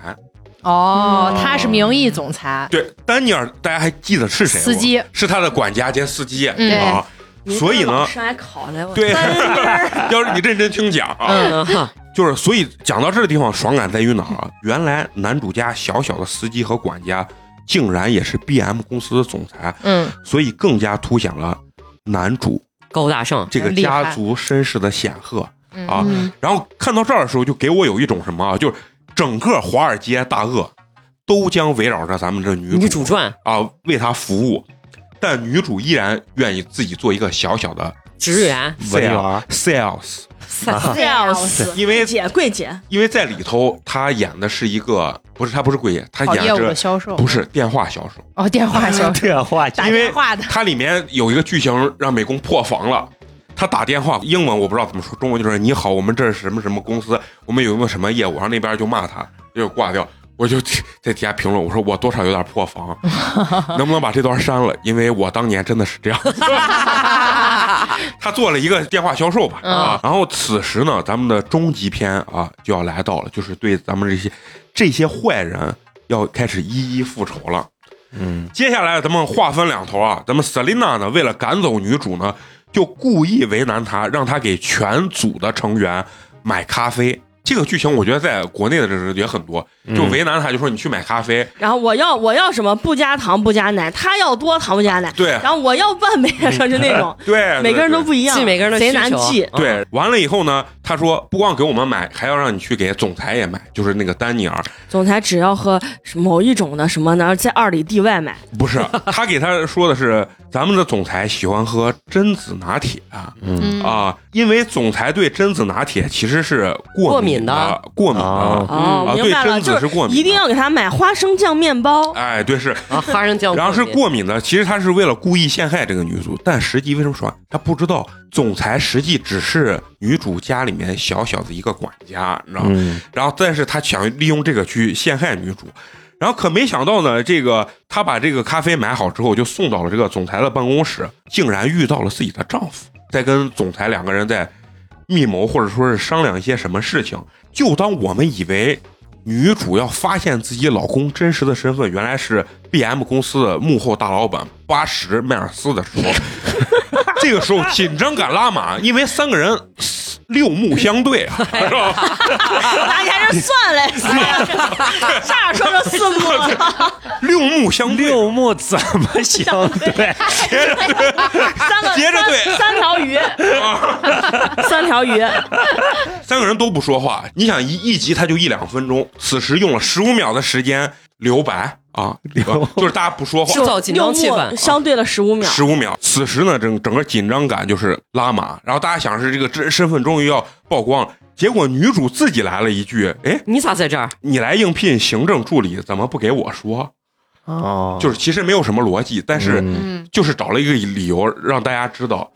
S3: 哦，他是名义总裁，
S1: 对，丹尼尔大家还记得是谁吗？
S3: 司机
S1: 是他的管家兼司机
S3: 对
S1: 啊。所以呢，
S4: 山还考来我
S1: 对，要是你认真听讲啊，
S2: 嗯哈，
S1: 就是所以讲到这个地方，爽感在于哪儿啊？原来男主家小小的司机和管家，竟然也是 BM 公司的总裁，
S3: 嗯
S1: 所以更加凸显了男主
S2: 高大上，
S1: 这个
S3: 厉害
S1: 家族身世的显赫
S3: 嗯
S1: 啊。
S5: 嗯
S1: 然后看到这儿的时候，就给我有一种什么啊，就是整个华尔街大鳄都将围绕着咱们这女主
S2: 女主传
S1: 啊为她服务，但女主依然愿意自己做一个小小的
S2: 职员，
S6: 文员
S1: sales。
S4: sales
S1: 因为
S4: 姐柜姐，
S1: 因为在里头他演的是一个，不是他不是柜姐，他
S3: 跑
S1: 演
S3: 哦业务的
S1: 着
S3: 销售
S1: 不是电话销售。
S3: 哦，电
S6: 啊
S3: 话销售，
S6: 这话
S3: 打
S1: 因为
S3: 电话的，
S1: 它里面有一个剧情让美工破防了，他打电话，英文我不知道怎么说，中文就是你好，我们这是什么什么公司，我们有没有什么业务，然后那边就骂他，就挂掉。我就在底下评论，我说我多少有点破防， 能不能把这段删了？因为我当年真的是这样。他做了一个电话销售
S4: 嗯
S1: 吧，啊，然后此时呢，咱们的终极篇啊就要来到了，就是对咱们这些这些坏人要开始一一复仇了。
S6: 嗯，
S1: 接下来咱们划分两头啊，咱们 Selina 呢，为了赶走女主呢，就故意为难她，让她给全组的成员买咖啡。这个剧情我觉得在国内的这也很多，
S4: 嗯
S1: 就为难她，就说你去买咖啡，
S4: 然后我要我要什么不加糖不加奶，他要多糖不加奶，
S1: 对，
S4: 然后我要半杯上就那种
S1: 对，
S4: 每个人
S1: 对
S4: 都不一样，
S2: 记每个人的
S4: 贼
S2: 需
S4: 难
S2: 求啊
S4: 记。
S1: 对对，完了以后呢，她说不光给我们买，还要让你去给总裁也买，就是那个丹尼尔，
S4: 总裁只要喝某一种的什么呢，在二里地外买，
S1: 不是， 他给他说的是，咱们的总裁喜欢喝榛子拿铁啊、
S5: 嗯
S1: 因为总裁对榛子拿铁其实是过敏的，过敏的。
S6: 哦
S2: 嗯
S4: 哦，
S1: 啊
S4: 明白了，
S1: 对榛
S4: 就
S1: 子是过敏的
S4: 一定要给他买花生酱面包。
S1: 哎，对是，
S2: 啊，花生酱。
S1: 然后是，过敏的，其实他是为了故意陷害这个女主，但实际为什么说他不知道，总裁实际只是女主家里面小小的一个管家，你知道吗？
S6: 嗯，
S1: 然后但是他想利用这个去陷害女主，然后可没想到呢，这个他把这个咖啡买好之后，就送到了这个总裁的办公室，竟然遇到了自己的丈夫，在跟总裁两个人在密谋或者说是商量一些什么事情。就当我们以为女主要发现自己老公真实的身份原来是 B M 公司的幕后大老板八十迈尔斯的时候，这个时候 紧张感拉满，因为三个人六目相对啊，是吧？
S4: 大家还是 算了，这样说成四目了，
S1: 六目相对，
S6: 六目怎么相对？
S1: 接着对
S4: 三 个
S1: 接着对
S4: 三三条鱼， 三条鱼，
S1: 三个人都不说话。你想一一集他就一两分钟，此时用了十五秒的时间留白啊，就是大家不说话
S2: 制。造紧张气
S4: 六
S2: 氛
S4: 目。相对了十五秒，
S1: 十五秒，此时呢，整整个紧张感就是拉满，然后大家想是这个这身份终于要曝光了，结果女主自己来了一句：“哎，
S2: 你咋在这儿？
S1: 你来应聘行政助理，怎么不给我说
S6: 哦？”
S1: 就是其实没有什么逻辑，但是
S6: 嗯
S5: 嗯，
S1: 就是找了一个理由让大家知道，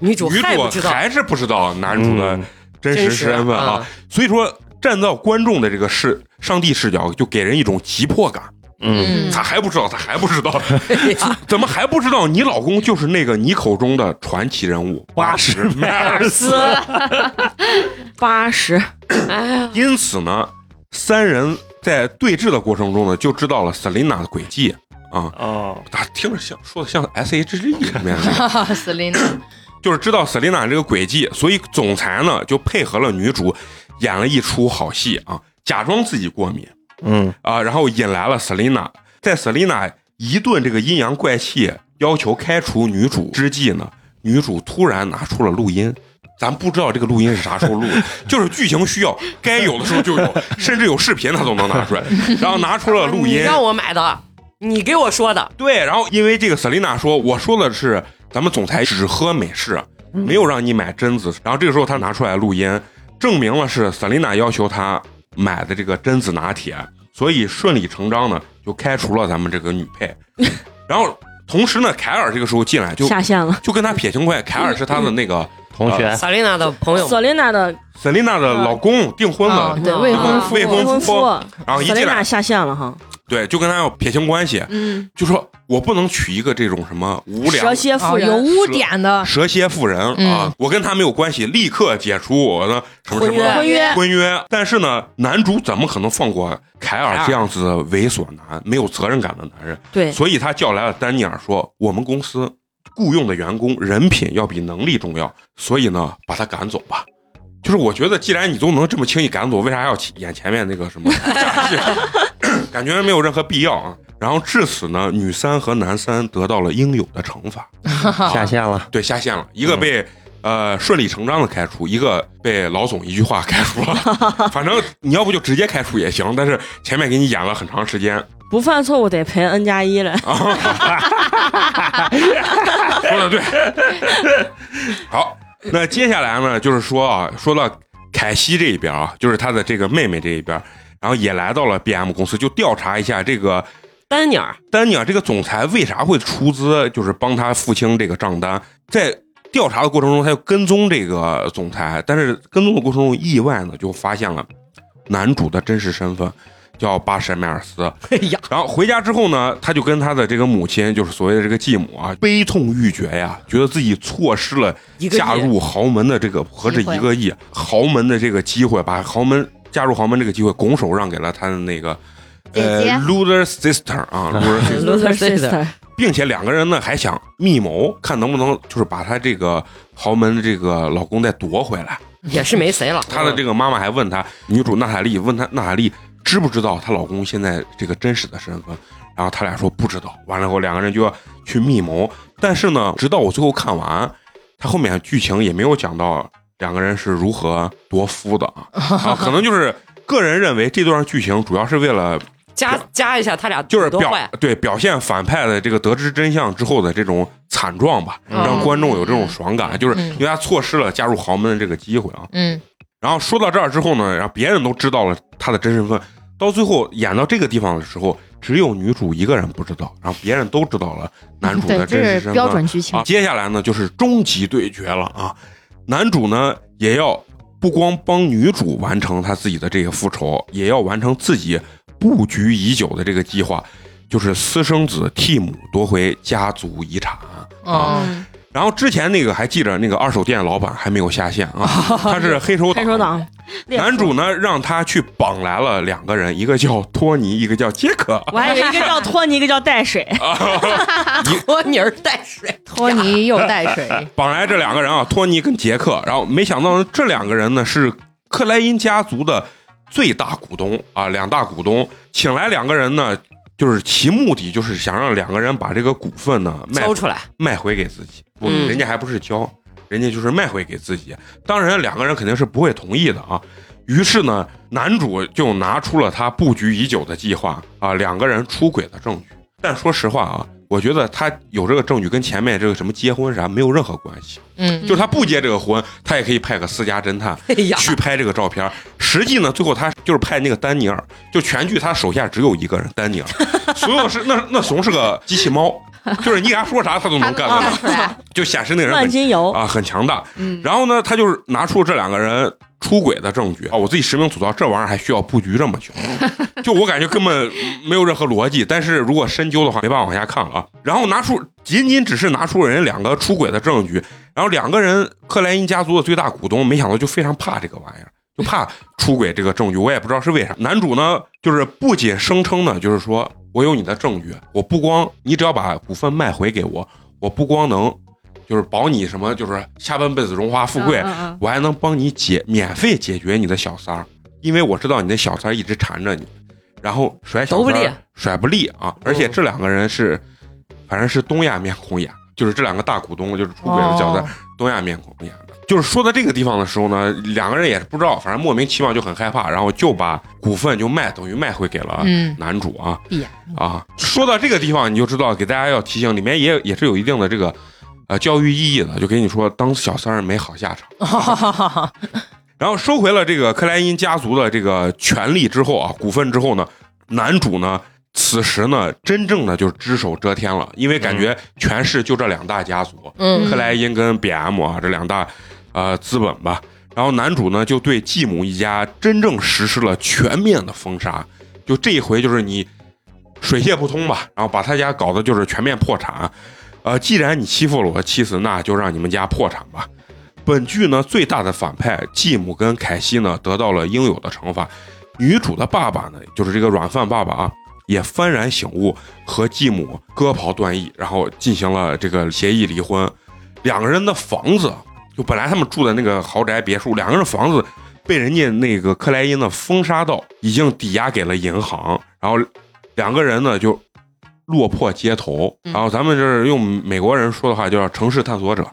S2: 女主
S1: 女
S2: 还不
S1: 主
S2: 知道
S1: 还是不知道男主的
S6: 嗯
S1: 真实身份啊。
S2: 啊，
S1: 所以说，站到观众的这个视上帝视角，就给人一种急迫感。
S6: 嗯
S5: 嗯
S1: 咋还不知道？咋还不知 道？
S2: 对哎呀
S1: 怎么还不知道？你老公就是那个你口中的传奇人物八十迈尔斯。
S4: 八十，
S1: 因此呢，三人在对峙的过程中呢，就知道了 Selina 的轨迹啊。
S6: 哦，
S1: 咋听着像说的像 S H G 里面的那个，
S5: 哈哈，Selina，
S1: 就是知道 Selina 这个轨迹，所以总裁呢就配合了女主，演了一出好戏啊，假装自己过敏，
S6: 嗯
S1: 啊，然后引来了 Selina。在 Selina 一顿这个阴阳怪气要求开除女主之际呢，女主突然拿出了录音。咱不知道这个录音是啥时候录的，就是剧情需要，该有的时候就有，甚至有视频她都能拿出来。然后拿出了录
S2: 你
S1: 音，
S2: 让我买的，你给我说的，
S1: 对，然后因为这个 Selina 说，我说的是咱们总裁只喝美式，
S5: 嗯
S1: 没有让你买榛子。然后这个时候他拿出来录音，证明了是 Selina 要求他买的这个榛子拿铁，所以顺理成章呢就开除了咱们这个女配。
S5: 嗯
S1: 然后同时呢，凯尔这个时候进来就
S4: 下线了。
S1: 就跟他撇清关系，凯尔是他
S5: 嗯
S1: 的那个
S6: 同学，
S2: 萨琳娜的朋友，
S4: 索琳娜的
S1: Selina 的老公订婚了
S5: 哦，，对，未婚
S4: 啊
S5: 夫，
S1: 未婚
S4: 未婚
S1: 夫
S4: 夫，
S1: 然后一
S4: 索
S1: 进
S4: 琳娜
S1: 来
S4: 下线了哈，
S1: 对就跟他要撇清关系，
S5: 嗯，
S1: 就说我不能娶一个这种什么无良
S4: 蛇蝎妇
S3: 哦，有
S4: 人
S3: 污点的，
S1: 蛇蝎妇人
S4: 嗯
S1: 啊，我跟他没有关系，立刻解除我的什么什么
S4: 婚约
S1: 婚约。但是呢，男主怎么可能放过凯尔这样子猥琐男、没有责任感的男人？
S4: 对，
S1: 所以他叫来了丹尼尔说：“我们公司雇佣的员工人品要比能力重要，所以呢，把他赶走吧。”就是我觉得，既然你都能这么轻易赶走，为啥要演前面那个什么 架势？感觉没有任何必要啊。然后至此呢，女三和男三得到了应有的惩罚。
S6: 下线了，
S1: 对，下线了，一个被、呃顺理成章的开除，一个被老总一句话开除了。反正你要不就直接开除也行，但是前面给你演了很长时间，
S4: 不犯错误得赔 n 加一
S1: 啊
S4: 了。
S1: 说的对。好，那接下来呢，就是说啊，说到凯西这一边啊，就是她的这个妹妹这一边，然后也来到了 B M 公司，就调查一下这个
S2: 丹尼尔，
S1: 丹尼尔这个总裁为啥会出资，就是帮他付清这个账单？在调查的过程中，他就跟踪这个总裁，但是跟踪的过程中意外呢，就发现了男主的真实身份，叫巴什迈尔斯。
S7: 哎呀，
S1: 然后回家之后呢，他就跟他的这个母亲，就是所谓的这个继母啊，悲痛欲绝呀，觉得自己错失了
S2: 一个
S1: 嫁
S2: 亿
S1: 入豪门的这个合着一个亿豪门的这个机会，把豪门嫁入豪门这个机会拱手让给了他的那个呃
S5: 姐姐
S1: Luther sister 啊 Luther sister，
S2: Luther Sister
S1: 并且两个人呢还想密谋，看能不能就是把他这个豪门的这个老公再夺回来。
S2: 也是没谁了。
S1: 她的这个妈妈还问她，女主娜塔莉问她娜塔莉知不知道她老公现在这个真实的身份，然后她俩说不知道。完了以后，两个人就要去密谋，但是呢，直到我最后看完，他后面剧情也没有讲到两个人是如何夺夫 的啊，啊，可能就是个人认为这段剧情主要是为了
S2: 啊加加一下，他俩
S1: 就是
S2: 多
S1: 表
S2: 坏，
S1: 对表现反派的这个得知真相之后的这种惨状吧，
S2: 嗯
S1: 让观众有这种爽感，就是因为他错失了加入豪门的这个机会啊。
S5: 嗯，
S1: 然后说到这儿之后呢，然后别人都知道了他的真身份，到最后演到这个地方的时候，只有女主一个人不知道，然后别人都知道了男主
S5: 嗯对，
S1: 的真实
S5: 这
S1: 身份。
S5: 是标准剧情
S1: 啊。。接下来呢，就是终极对决了啊！男主呢也要不光帮女主完成他自己的这个复仇，也要完成自己布局已久的这个计划，就是私生子替母夺回家族遗产
S4: 哦
S1: 啊。
S5: 嗯，
S1: 然后之前那个还记着那个二手店老板还没有下线 啊，他是黑手党。
S4: 黑手党，
S1: 男主呢让他去绑来了两个人，一个叫托尼，一个叫杰克。啊
S4: 我还有一个叫托尼，一个叫带水，
S2: 托尼尔带水，
S3: 托尼又带水，
S1: 绑来这两个人啊，托尼跟杰克，然后没想到呢这两个人呢是克莱因家族的最大股东啊，两大股东，请来两个人呢，就是其目的就是想让两个人把这个股份呢卖
S2: 交出来，
S1: 卖回给自己，不，
S2: 嗯
S1: 人家还不是交，人家就是卖回给自己。当然，两个人肯定是不会同意的啊。于是呢，男主就拿出了他布局已久的计划啊，两个人出轨的证据。但说实话啊，我觉得他有这个证据跟前面这个什么结婚啥没有任何关系。
S5: 嗯，
S1: 就是他不结这个婚，他也可以派个私家侦探
S2: 哎呀，
S1: 去拍这个照片。实际呢，最后他就是派那个丹尼尔，就全剧他手下只有一个人，丹尼尔，所有是那那怂是个机器猫，就是你给他说啥他都
S5: 他
S1: 能
S5: 能
S1: 干的
S5: 干，出来。
S1: 就显示那个人
S4: 万
S1: 很
S4: 金油。
S1: 啊很强大。
S5: 嗯，
S1: 然后呢，他就是拿出这两个人出轨的证据啊！我自己实名吐槽，这玩意儿还需要布局这么 久，就我感觉根本没有任何逻辑。但是如果深究的话，没办法往下看了啊。然后拿出仅仅只是拿出人两个出轨的证据，然后两个人克莱因家族的最大股东，没想到就非常怕这个玩意儿。就怕出轨这个证据，我也不知道是为啥。男主呢，就是不仅声称呢，就是说我有你的证据，我不光你只要把股份卖回给我，我不光能就是保你什么，就是下半辈子荣华富贵，
S5: 嗯嗯
S1: 我还能帮你解免费解决你的小三儿，因为我知道你的小三儿一直缠着你，然后甩小
S2: 都不哦
S1: 三
S2: 利
S1: 儿甩不利啊！而且这两个人是，反正是东亚面孔演，就是这两个大股东就是出轨的小
S2: 哦
S1: 三儿，东亚面孔演的。就是说到这个地方的时候呢，两个人也是不知道，反正莫名其妙就很害怕，然后就把股份就卖，等于卖回给了
S5: 嗯
S1: 男主啊。
S5: 必然
S1: 啊，说到这个地方，你就知道给大家要提醒，里面也也是有一定的这个呃教育意义的，就给你说，当小三儿没好下场。 然后收回了这个克莱因家族的这个权利之后啊，股份之后呢，男主呢，此时呢，真正的就是只手遮天了，因为感觉全市就这两大家族，
S2: 嗯
S1: 克莱因跟 BM 啊这两大呃资本吧。然后男主呢就对继母一家真正实施了全面的封杀，就这一回就是你水泄不通吧，然后把他家搞得就是全面破产。呃，既然你欺负了我的妻子，那就让你们家破产吧。本剧呢最大的反派继母跟凯西呢得到了应有的惩罚，女主的爸爸呢就是这个软饭爸爸啊，也幡然醒悟，和继母割袍断义，然后进行了这个协议离婚。两个人的房子，就本来他们住的那个豪宅别墅，两个人的房子被人家那个克莱因呢封杀到，已经抵押给了银行，然后两个人呢就落魄街头。然后咱们这儿用美国人说的话，叫城市探索者，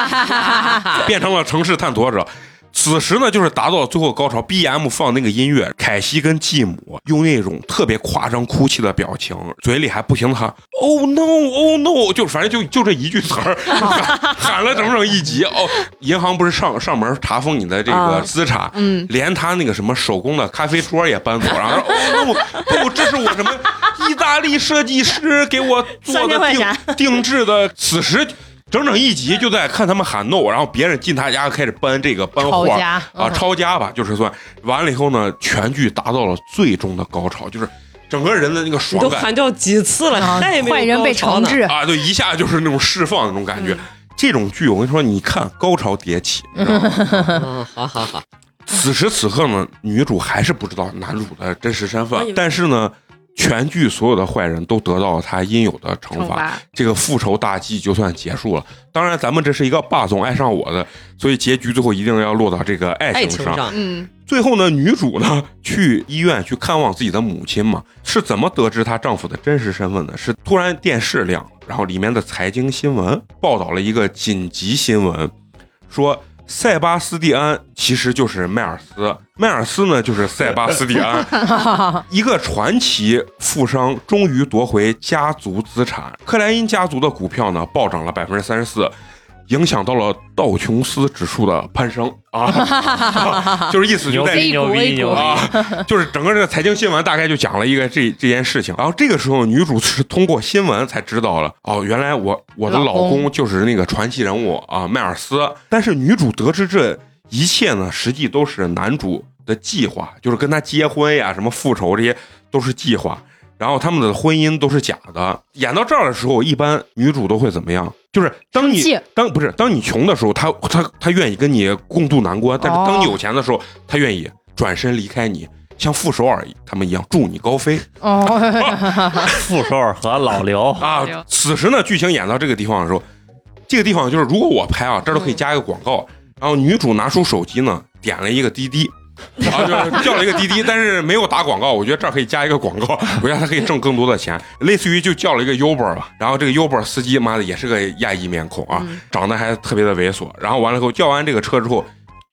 S1: 变成了城市探索者。此时呢，就是达到最后高潮，BM 放那个音乐，凯西跟继母用那种特别夸张哭泣的表情，嘴里还不停的喊 “Oh no, Oh no”，就反正就就这一句词儿，喊喊了整整一集。哦，银行不是上上门查封你的这个
S4: 啊
S1: 资产，
S5: 嗯
S1: 连他那个什么手工的咖啡桌也搬走，然后说 “Oh no，不，这是我什么意大利设计师给我做
S4: 三
S1: 的
S4: 千块
S1: 定
S4: 钱
S1: 定制的。”此时整整一集就在看他们喊 no，然后别人进他家开始搬这个搬
S7: 吵
S1: 货
S7: 架，
S1: 啊，抄家吧，就是算完了以后呢，全剧达到了最终的高潮，就是整个人的那个
S2: 你
S1: 爽
S2: 都
S1: 感
S2: 喊掉几次了，
S7: 啊
S2: 还没有
S3: 坏人被
S2: 高潮
S3: 惩
S2: 呢。
S3: 治，
S1: 啊，对，一下就是那种释放那种感觉。这种剧，我跟你说，你看高潮迭起，你知道吗？
S2: 嗯，好好好，
S1: 此时此刻呢，女主还是不知道男主的真实身
S4: 我以
S1: 份
S4: 为，
S1: 但是呢，全剧所有的坏人都得到了他应有的惩
S5: 惩
S1: 罚，
S5: 罚，
S1: 这个复仇大计就算结束了。当然，咱们这是一个霸总爱上我的，所以结局最后一定要落到这个爱
S2: 爱
S1: 情
S2: 情
S1: 上。
S2: 上，
S5: 嗯，
S1: 最后呢，女主呢去医院去看望自己的母亲嘛，是怎么得知她丈夫的真实身份呢？是突然电视亮了，然后里面的财经新闻报道了一个紧急新闻，说塞巴斯蒂安其实就是迈尔斯，迈尔斯呢就是塞巴斯蒂安，一个传奇富商终于夺回家族资产，克莱因家族的股票呢暴涨了百分之三十四。影响到了道琼斯指数的攀升啊， 就是意思就
S6: 牛
S1: 在于
S6: 逼牛逼牛逼！
S1: 啊，就是整个这个财经新闻大概就讲了一个这这件事情，然后这个时候女主是通过新闻才知道了，哦，原来我我的
S3: 老
S1: 老
S3: 公
S1: 公就是那个传奇人物啊迈尔斯，但是女主得知这一切呢，实际都是男主的计划，就是跟他结婚呀、什么复仇这些都是计划。然后他们的婚姻都是假的。演到这儿的时候，一般女主都会怎么样？就是当你
S3: 生气
S1: 当不是当你穷的时候，她她她愿意跟你共度难关；但是
S3: 哦
S1: 当你有钱的时候，她愿意转身离开你，像傅首尔他们一样祝你高飞
S3: 哦，
S6: 傅首尔和老刘
S1: 啊
S5: 哎呦！
S1: 此时呢，剧情演到这个地方的时候，这个地方就是如果我拍啊，这儿
S3: 嗯
S1: 都可以加一个广告。然后女主拿出手机呢，点了一个滴 滴。然后就是叫了一个滴滴，但是没有打广告，我觉得这儿可以加一个广告，我觉得他可以挣更多的钱，类似于就叫了一个 Uber 吧。然后这个 Uber 司机妈的也是个亚裔面孔啊，
S3: 嗯
S1: 长得还特别的猥琐。然后完了以后叫完这个车之后，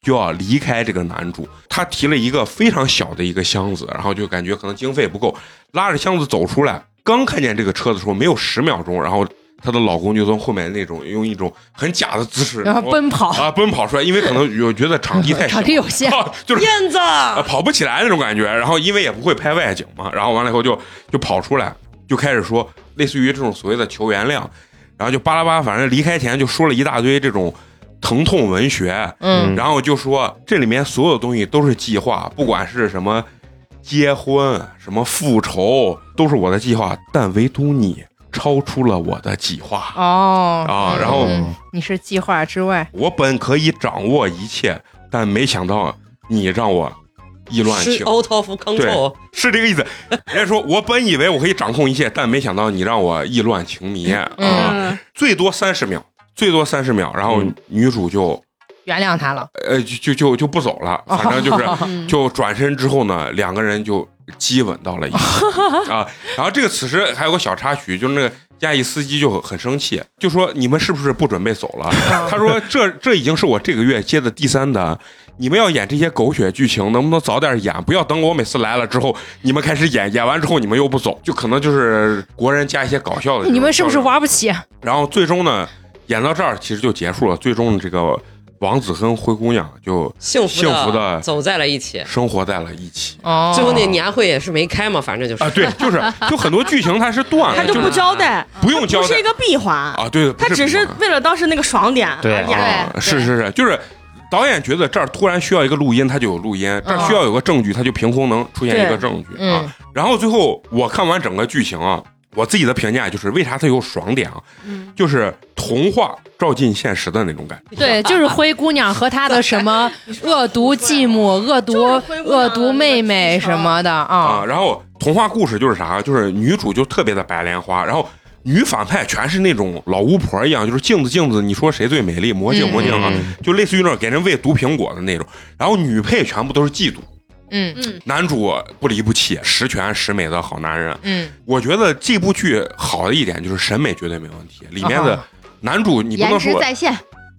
S1: 就要离开这个男主，他提了一个非常小的一个箱子，然后就感觉可能经费不够，拉着箱子走出来，刚看见这个车的时候，没有十秒钟，然后她的老公就从后面那种用一种很假的姿势，
S3: 然后奔跑，
S1: 啊奔跑出来，因为可能有觉得场地太小
S3: 场，地有限，
S1: 啊 就是
S2: 燕子，
S1: 啊，跑不起来那种感觉。然后因为也不会拍外景嘛，然后完了以后就就跑出来，就开始说类似于这种所谓的求原谅，然后就巴拉巴拉，反正离开前就说了一大堆这种疼痛文学，
S3: 嗯，
S1: 然后就说这里面所有东西都是计划，不管是什么结婚、什么复仇，都是我的计划，但唯独你超出了我的计划
S3: 哦，
S1: 啊，然后。
S3: 嗯你是计划之外，
S1: 我本可以掌握一切，但没想到你让我意乱
S2: 是哦
S1: 情
S2: out of control，
S1: 是这个意思。人家说我本以为我可以掌控一切，但没想到你让我意乱情迷啊、
S4: 嗯，
S1: 最多三十秒，最多三十秒，然后
S6: 嗯
S1: 女主就
S3: 原谅他了，
S1: 呃就就就就不走了，反正 就是
S3: 嗯
S1: 就转身之后呢，两个人就激吻到了一 起啊。然后这个此时还有个小插曲，就是那个亚裔司机就很很生气，就说你们是不是不准备走了？
S3: 啊
S1: 他 说这这已经是我这个月接的第三单。你们要演这些狗血剧情，能不能早点演？不要等我每次来了之后，你们开始演，演完之后你们又不走，就可能就是国人加一些搞笑的这种桥段。
S3: 你们是不是玩不起？
S1: 然后最终呢，演到这儿其实就结束了。最终这个王子跟灰姑娘就
S2: 幸
S1: 幸福
S2: 的
S1: 地
S2: 走在了一起。
S1: 生活在了一起
S3: 哦，
S2: 最后那年会也是没开嘛，反正就是
S1: 啊，对， 就是就很多剧情它是断
S4: 他
S1: 了，
S4: 就
S1: 就
S4: 不
S1: 是
S4: 交代，
S1: 不用交
S4: 不
S1: 代
S4: 是一个闭环，
S1: 啊，对，不
S4: 他只是
S1: 不
S4: 为了当时那个爽点而
S6: 对
S4: 演
S1: 啊
S4: 的，，
S5: 对
S1: 是是是，就是。导演觉得这儿突然需要一个录音，他就有录音；这儿需要有个证据，他就凭空能出现一个
S4: 嗯对
S1: 证据啊
S3: 嗯。
S1: 然后最后我看完整个剧情啊，我自己的评价就是为啥它有爽点啊？
S4: 嗯
S1: 就是童话照进现实的那种感 觉。
S7: 对，就是灰姑娘和她的什么恶毒继母、恶毒
S4: 就是灰姑娘
S7: 恶毒妹妹什么的
S1: 啊，
S7: 啊，
S1: 然后童话故事就是啥，就是女主就特别的白莲花，然后女反派全是那种老巫婆一样，就是镜子镜子，你说谁最美丽？魔镜魔镜啊，
S6: 嗯
S1: 就类似于那种给人喂毒苹果的那种。然后女配全部都是嫉妒，
S3: 嗯
S1: 男主不离不弃，十全十美的好男人。
S3: 嗯，
S1: 我觉得这部剧好的一点就是审美绝对没问题，里面的
S3: 啊
S1: 男主你不
S5: 颜
S1: 能
S5: 值
S1: 说
S5: 在线，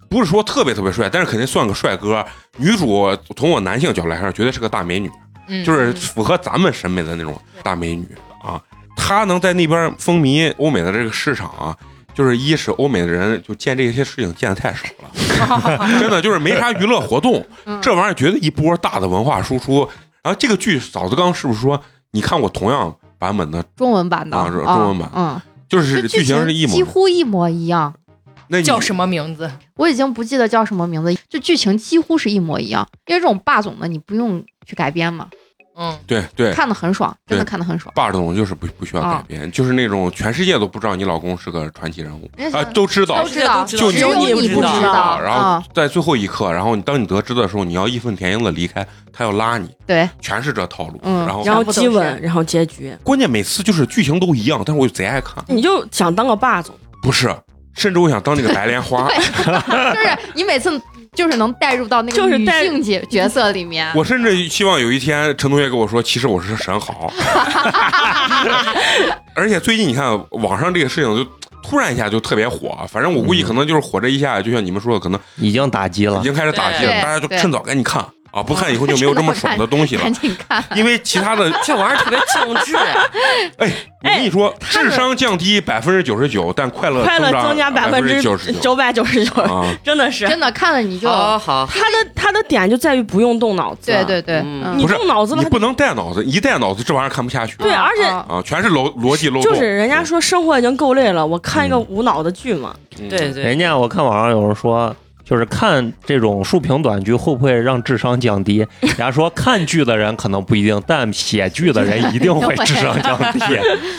S1: 不是说特别特别帅，但是肯定算个帅哥。女主从我男性角度来说，绝对是个大美女，
S3: 嗯
S1: 就是符合咱们审美的那种大美女啊。她能在那边风靡欧美的这个市场啊，就是一是欧美的人就见这些事情见的太少了，真的就是没啥娱乐活动，这玩意儿绝对一波大的文化输出。然后这个剧嫂子刚是不是说你看过同样版本的，
S5: 中文版的，哦
S1: 啊中中文版
S5: 嗯，
S1: 就
S5: 这
S1: 是剧情是一模一
S5: 几
S1: 样
S5: 乎一模一样，
S1: 那你
S7: 叫什么名字？
S5: 我已经不记得叫什么名字，就剧情几乎是一模一样。因为这种霸总的你不用去改编嘛，
S7: 嗯，
S1: 对对，
S5: 看的很爽，真的
S1: 对
S5: 看的很爽。
S1: 霸总就是不不需要改编，就是那种全世界都不知道你老公是个传奇人物
S5: 人家
S1: 啊、都知道
S5: 嗯都，知道，
S2: 都知
S1: 道
S5: 只有
S1: 就
S5: 你
S1: 你
S5: 不
S1: 不知
S5: 知
S1: 道
S5: 道。
S1: 然
S5: 啊
S1: 后在最后一刻，然后你当你得知的时候，你要义愤填膺的离开，他要拉你，
S5: 对，
S1: 全是这套路。
S5: 嗯
S1: 然后
S4: 然后
S2: 全部都
S4: 激
S2: 是
S4: 吻，然后结局，
S1: 关键每次就是剧情都一样，但是我就贼爱看，
S5: 嗯
S4: 你就想当个霸总，
S1: 不是，甚至我想当那个白莲花，
S5: 就是你每次就是能带入到那
S4: 就
S5: 个
S4: 是
S5: 女
S4: 带入
S5: 性角角色里面。
S1: 我甚至希望有一天陈同学跟我说，其实我是沈好。而且最近你看网上这个事情就。突然一下就特别火，反正我估计可能就是火这一下，就像你们说的，可能
S6: 已经打击
S1: 已
S6: 了。
S1: 经开始打击了，
S5: 对
S1: 大家就
S5: 对
S1: 趁早赶紧看啊，不看以后就没有这么爽的东 西了
S5: 赶。紧看，
S1: 因为其他的，
S2: 这玩意儿特别降智，
S1: 哎，我跟你说，智商降低百分之九十九，但快乐
S4: 快乐增
S1: 呃增
S4: 加百
S1: 分
S4: 之
S1: 九十九
S4: 九百九十九，
S1: 啊！
S4: 真的是。
S5: 真的看了你就，
S7: 哦
S2: 好好好，
S4: 他的他的点就在于不用动脑子，
S5: 对对对，
S2: 嗯
S5: 嗯
S4: 你
S1: 不是
S4: 动脑子吧
S1: 你，不能带脑子，一带脑子这玩意儿看不下去
S4: 对而且
S5: 啊
S1: 啊，全是逻逻辑漏洞。
S4: 就是人家说生活已经够累了，我看一个无脑的剧嘛，
S1: 嗯，
S2: 对对，
S6: 人家我看网上有人说，就是看这种竖屏短剧会不会让智商降低？人家说看剧的人可能不一定，但写剧的人一定会智商降低。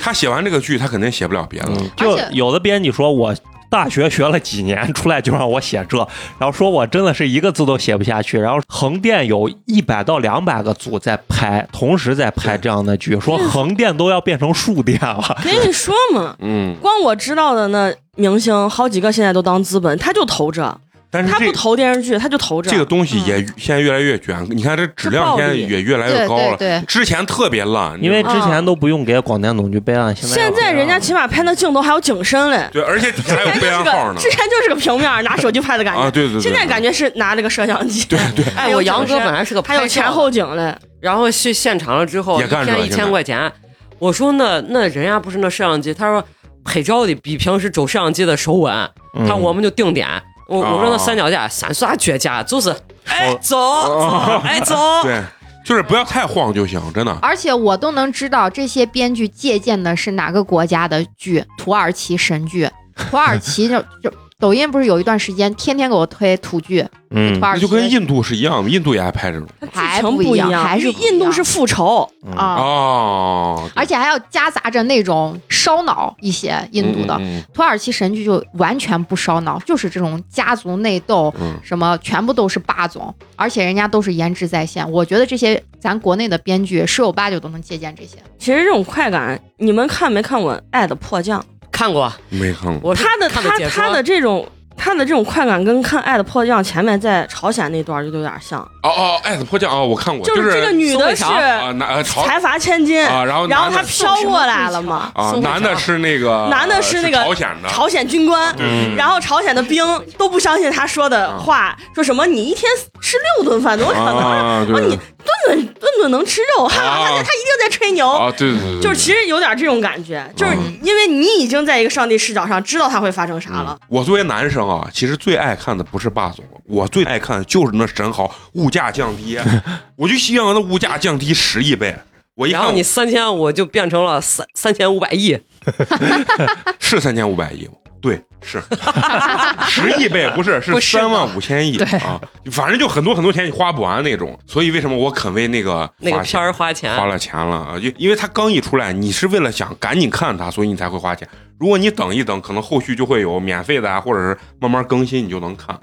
S1: 他写完这个剧，他肯定写不了别的了。
S6: 嗯，就
S5: 而且
S6: 有的编辑说我。大学学了几年，出来就让我写这，然后说我真的是一个字都写不下去。然后横店有一百到两百个组在拍，同时在拍这样的剧，说横店都要变成竖店了。
S4: 跟你说 嘛，
S1: 嗯，
S4: 光我知道的那明星好几个现在都当资本，他就投这，
S1: 但是
S4: 他
S1: 这
S4: 不投啊嗯电视剧，他就投这。
S1: 这个东西也现在越来越卷，你看这质量现在也越来越
S5: 对
S1: 高
S5: 对
S1: 了。
S5: 对，
S1: 之前特别烂，
S6: 因为
S1: 你知道吗
S2: 嗯
S6: 之前都不用给广电总局备案，现在要
S4: 现在人家起码拍那镜头还有景深嘞，
S1: 对，而且还
S4: 之
S1: 有
S4: 前
S1: 备
S4: 就是
S1: 案号
S4: 哎个
S1: 呢
S4: 之前就是个平面拿手机拍的感觉，
S1: 啊，对对对，
S4: 现在感
S1: 觉
S4: 觉是拿这个摄像 机。
S1: 对对。
S4: 哎，
S2: 我
S4: 有景
S2: 杨哥
S4: 深
S2: 本来是个
S4: 还
S2: 拍
S4: 有
S2: 照
S4: 前后景嘞，
S2: 然后去现场了之后，
S1: 也
S2: 一
S1: 干这
S2: 天一
S1: 现在
S2: 千块钱，我说那那人家不是那摄像机，他说拍照的比平时走摄像机的手稳，
S6: 嗯
S2: 他我们就定点。我我
S1: 哦
S2: 说那三脚架三耍脚架就是，哎走走哎走，
S1: 哦对，就是不要太晃就行，真的。
S5: 而且我都能知道这些编剧借鉴的是哪个国家的剧，土耳其神 剧，土耳其就就抖音不是有一段时间天天给我推土剧，
S6: 嗯
S5: 土，
S1: 那
S5: 耳其
S1: 就跟印度是一样的，印度也爱拍这种
S4: 剧
S5: 还
S4: 情
S5: 不
S4: 不
S5: 一样
S4: 样，
S5: 还是不一样
S4: 印度是复仇，
S6: 嗯
S5: 啊，
S1: 哦，
S5: 而且还要夹杂着那种烧脑一些印度的，
S1: 嗯
S5: 土耳其神剧就完全不烧脑，就是这种家族内斗，
S1: 嗯
S5: 什么全部都是霸总，而且人家都是颜值在线。我觉得这些咱国内的编剧十有八九都能借鉴这些。
S4: 其实这种快感，你们看没看过《爱的迫降》？
S2: 看过，
S1: 嗯，没看过。
S2: 我是
S4: 他的
S2: 看
S4: 他
S2: 解说
S4: 他的这种他的这种快感，跟看《爱的迫降》前面在朝鲜那段就有点像，
S1: 哦哦，爱的迫降哦，我看过，
S4: 就是这个女
S2: 宋慧
S4: 的是
S2: 乔
S1: 啊，男呃朝
S4: 财阀千金，
S1: 啊，然后
S4: 然后
S1: 男的
S4: 她飘过来了嘛，
S1: 啊，
S2: 宋慧乔
S1: 男的是那个
S4: 男的是那个
S1: 朝鲜的，
S4: 朝鲜军官。
S1: 对对对
S4: 然后朝鲜的兵都不相信他说的话，说什么你一天吃六顿饭怎么可能？
S1: 啊，对
S4: 说
S1: 对
S4: 你
S1: 对
S4: 顿顿顿顿能吃肉，哈哈，他
S1: 啊
S4: 他一定在吹牛。
S1: 啊，对对对对，
S4: 就是其实有点这种感觉，就是因为你已经在一个上帝视角上知道他会发生啥了。
S1: 我作为男生啊，其实最爱看的不是霸总，我最爱看的就是那沈好物价降 低，我就希望那物价降低十亿倍。我一
S2: 然
S1: 看
S2: 后你三千我就变成了三三千五百亿，
S1: 是三千五百亿吗？对， 是十亿倍，不是是
S2: 不是的
S1: 三万五千亿啊！反正就很多很多钱，你花不完那种。所以为什么我肯为那个
S2: 那个
S1: 花钱
S2: 片儿花钱
S1: 花了钱了啊？就因为它刚一出来，你是为了想赶紧看它，所以你才会花钱。如果你等一等，可能后续就会有免费的啊，或者是慢慢更新，你就能看。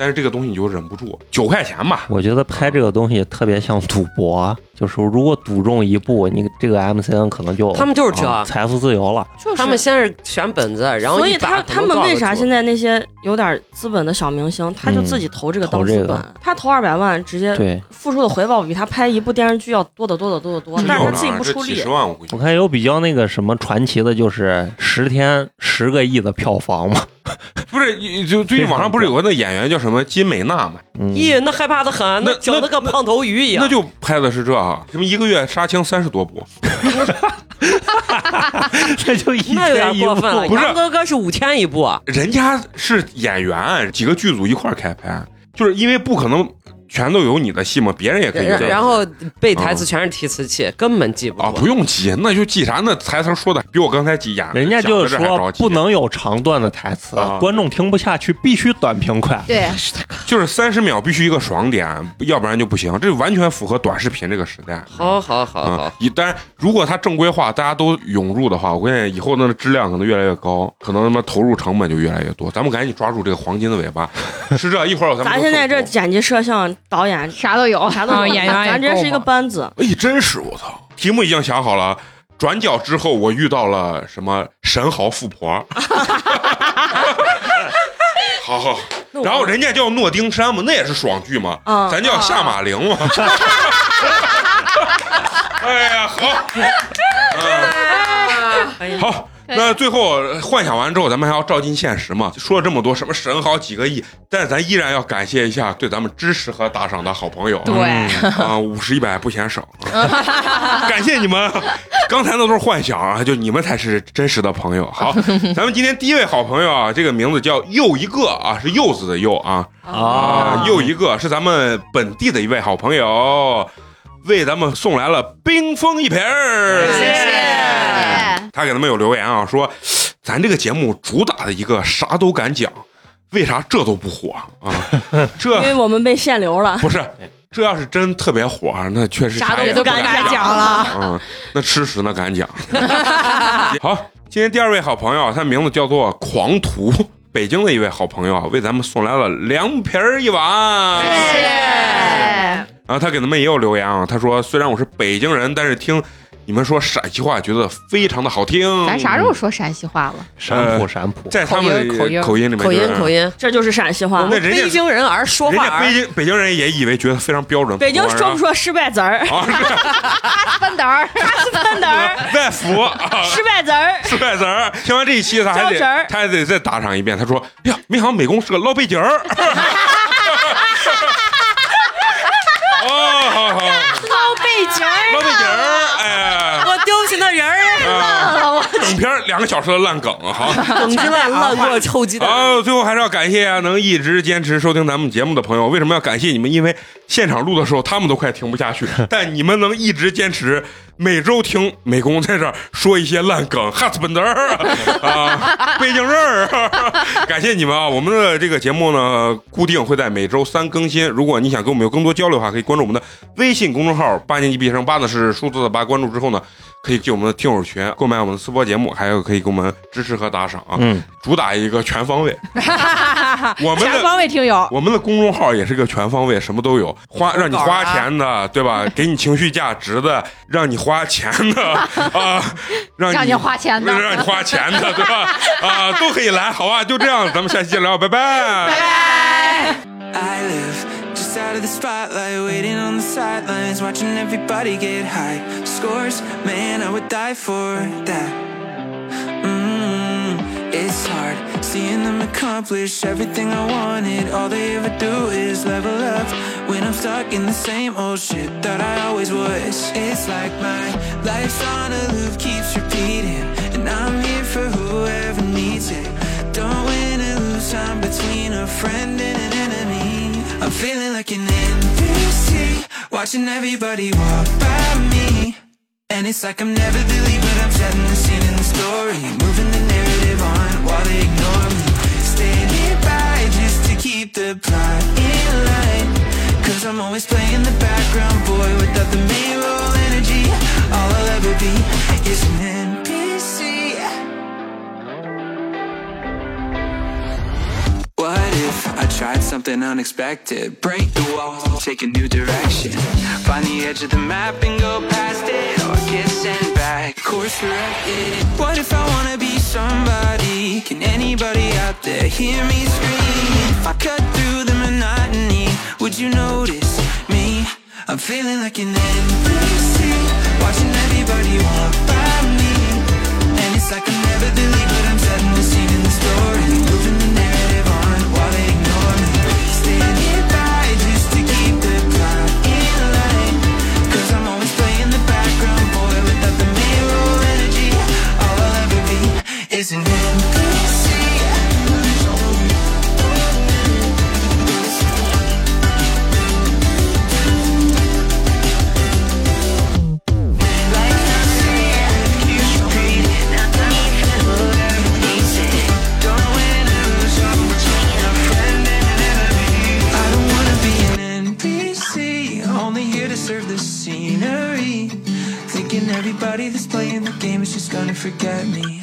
S1: 但是这个东西你就忍不住，九块钱吧，
S6: 我觉得拍这个东西特别像赌博，啊就是如果赌中一步，你这个 MCN 可能就
S2: 他们就是这
S1: 哦
S6: 啊财富自由了。
S4: 就是
S2: 他们先是选本子，然后
S4: 所以
S2: 一把
S4: 他
S2: 可
S4: 他
S2: 能
S4: 们
S2: 多少
S4: 为
S2: 个
S4: 啥
S2: 组
S4: 现在那些有点资本的小明星，他就自己投这个当资
S6: 投这
S4: 本，
S6: 个
S4: 他投二百万，直
S2: 嗯
S4: 接
S6: 对，
S4: 付出的回报比他拍一部电视剧要多得多得多得多
S1: 这，
S4: 但是
S1: 有
S4: 他
S1: 呢
S4: 自己不
S1: 这
S4: 出
S1: 几
S4: 力
S1: 十。万我估计
S6: 我。看有比较那个什么传奇的，就是十天十个亿的票房嘛。
S1: 不是，就最近网上不是有个那演员叫什么金美娜嘛？
S6: 嗯，
S2: 咦，那害怕的很，
S1: 那
S2: 整的跟胖头鱼一样。
S1: 那就拍的是这啊，什么一个月杀青三十多部，
S6: 这就一
S2: 那有点
S6: 天一
S2: 过
S6: 部
S2: 分 了。
S1: 不是
S2: 杨哥哥是五天一部啊，
S1: 人家是演员，几个剧组一块儿开拍，就是因为不可能全都有你的戏吗？别人也可以
S2: 然
S1: 有。
S2: 然后背台词全是提词器，根本记不
S1: 啊，
S2: 住。
S1: 不用记，那就记啥？那台词说的比我刚才记演，
S6: 人家就
S1: 讲的这还
S6: 说
S1: 着急
S6: 不，能有长段的台词
S1: 啊，
S6: 观众听不下去，必须短平快。
S5: 对，
S1: 就是三十秒必须一个爽点，要不然就不行。这完全符合短视频这个时代。
S2: 好好好
S1: 啊
S2: 好，，
S1: 以当然，如果它正规化，大家都涌入的话，我跟你讲，以后那个质量可能越来越高，可能他妈投入成本就越来越多。咱们赶紧抓住这个黄金的尾 巴，是这。一会儿咱们
S4: 咱
S1: 就
S4: 现
S1: 送
S4: 在这
S1: 走，
S4: 剪辑、摄像、导演
S5: 啥都有。
S4: 啥都有
S7: 啊演员也
S4: 咱这
S7: 够
S4: 是一个
S7: 嘛
S4: 班子。
S1: 哎，真是我操！题目已经想好了，转角之后我遇到了什么神豪富婆， 好好。
S4: 那我
S1: 然后人家叫诺丁山嘛，那也是爽剧嘛，
S4: 嗯
S1: 咱叫下马陵嘛。 哎呀，好，
S4: 哎
S1: 嗯，哎好。那最后呃幻想完之后，咱们还要照进现实嘛？说了这么多，什么神豪几个亿，但是咱依然要感谢一下对咱们支持和打赏的好朋友啊。
S7: 对，
S1: 啊，五十一百不嫌少， 感谢你们。刚才那都是幻想啊，就你们才是真实的朋友。 好，咱们今天第一位好朋友啊，这个名字叫又一个啊，是柚子的柚啊啊，又一个是咱们本地的一位好朋友，为咱们送来了冰封一瓶儿，
S2: 谢
S5: 谢
S1: 他给咱们有留言啊，说咱这个节目主打的一个啥都敢讲，为啥这都不火啊？ 这
S4: 因为我们被限流了，
S1: 不是，这要是真特别火，那确实
S4: 啥都
S1: 也
S4: 不
S1: 哎敢
S4: 敢讲了。
S1: 嗯，那吃屎那敢 讲。好，今天第二位好朋友，他名字叫做狂徒，北京的一位好朋友啊，为咱们送来了凉皮儿一碗。
S5: 哎
S1: 然后他给咱们也有留言啊，他说虽然我是北京人，但是听你们说陕西话，觉得非常的好听。
S5: 咱啥时候说山西话了？
S6: 闪
S1: 呃
S6: 普闪普，
S1: 在他们
S2: 口音
S1: 口音里面
S2: 口音
S1: 就是
S2: 口音，
S4: 这就是陕西
S2: 我
S4: 话。
S2: 们
S1: 那人家
S2: 北京人儿说
S1: 人
S2: 话
S1: 家
S2: 儿
S1: 北京北京人也以为觉得非常标准。，
S4: 北京说不出失败字儿
S1: 啊？是嗯
S5: 翻胆儿，
S4: 笨蛋儿，
S1: 外服啊。
S4: 失败字儿。
S1: 四百子儿，听完这一期，他还得
S4: 胶子儿
S1: 他还得再打赏一遍。他说：“哎呀，没想到美工是个老背景儿。”哦，好好，
S4: 老背景儿，
S1: 老背景儿，哎，
S2: 我丢下那人儿，
S1: 啊整篇儿两个小时的烂梗，好。
S2: 梗之烂烂过臭鸡蛋。
S1: 啊，最后还是要感谢啊，能一直坚持收听咱们节目的朋友。为什么要感谢你们？因为现场录的时候，他们都快听不下去，但你们能一直坚持，每周听美工在这儿说一些烂梗、哈斯本德儿啊、背景人儿， 感谢你们啊！我们的这个节目呢，固定会在每周三更新。如果你想跟我们有更多交流的话，可以关注我们的微信公众号“八年级毕业生”，八呢是数字的八。关注之后呢，可以进我们的听友群，购买我们的私播节目，还有可以给我们支持和打赏啊。
S6: 嗯，
S1: 主打一个全方位。我们
S7: 全
S1: 的
S7: 方位听友，
S1: 我们的公众号也是个全方位，什么都有，花让你花钱的，对吧？给你情绪价值的，让你花钱的啊，让你
S5: 让你花钱呢。
S1: 让你花钱的，对吧？啊，都可以来，好吧？就这样，咱们下期见聊，拜拜。
S8: I live just out of the spotlight, waiting on the sidelines, watching everybody get high. Scores, man, I would die for that. Mm, it's hard seeing them accomplish everything I wanted. All they ever do is level up when I'm stuck in the same old shit that I always was. It's like my life's on a loop, keeps repeating, and I'm here for whoever needs it. Don't win or lose, I'm between a friend and an enemy. I'm feeling like an NPC, watching everybody walk by me. And it's like I'm never the lead, but I'm setting the scene in the story. Moving the narrative on while they ignore me. Standing by just to keep the plot in line. Cause I'm always playing the background boy without the main role energy. All I'll ever be is an NPC. What if I tried something unexpected? Break the walls, take a new direction. Find the edge of the map and go past it, or kiss and back, course corrected. What if I wanna be somebody? Can anybody out there hear me scream? If I cut through the monotony, would you notice me? I'm feeling like an NPC, watching everybody walk by me. And it's like I'm never the lead, but I'm setting the scene in the story. Moving the narrative on while they ignore me. Standing by just to keep the plot in line. Cause I'm always playing the background boy without the main role energy. All I'll ever be is an NPC. only here to serve the scenery. Thinking everybody that's playing the game is just gonna forget me.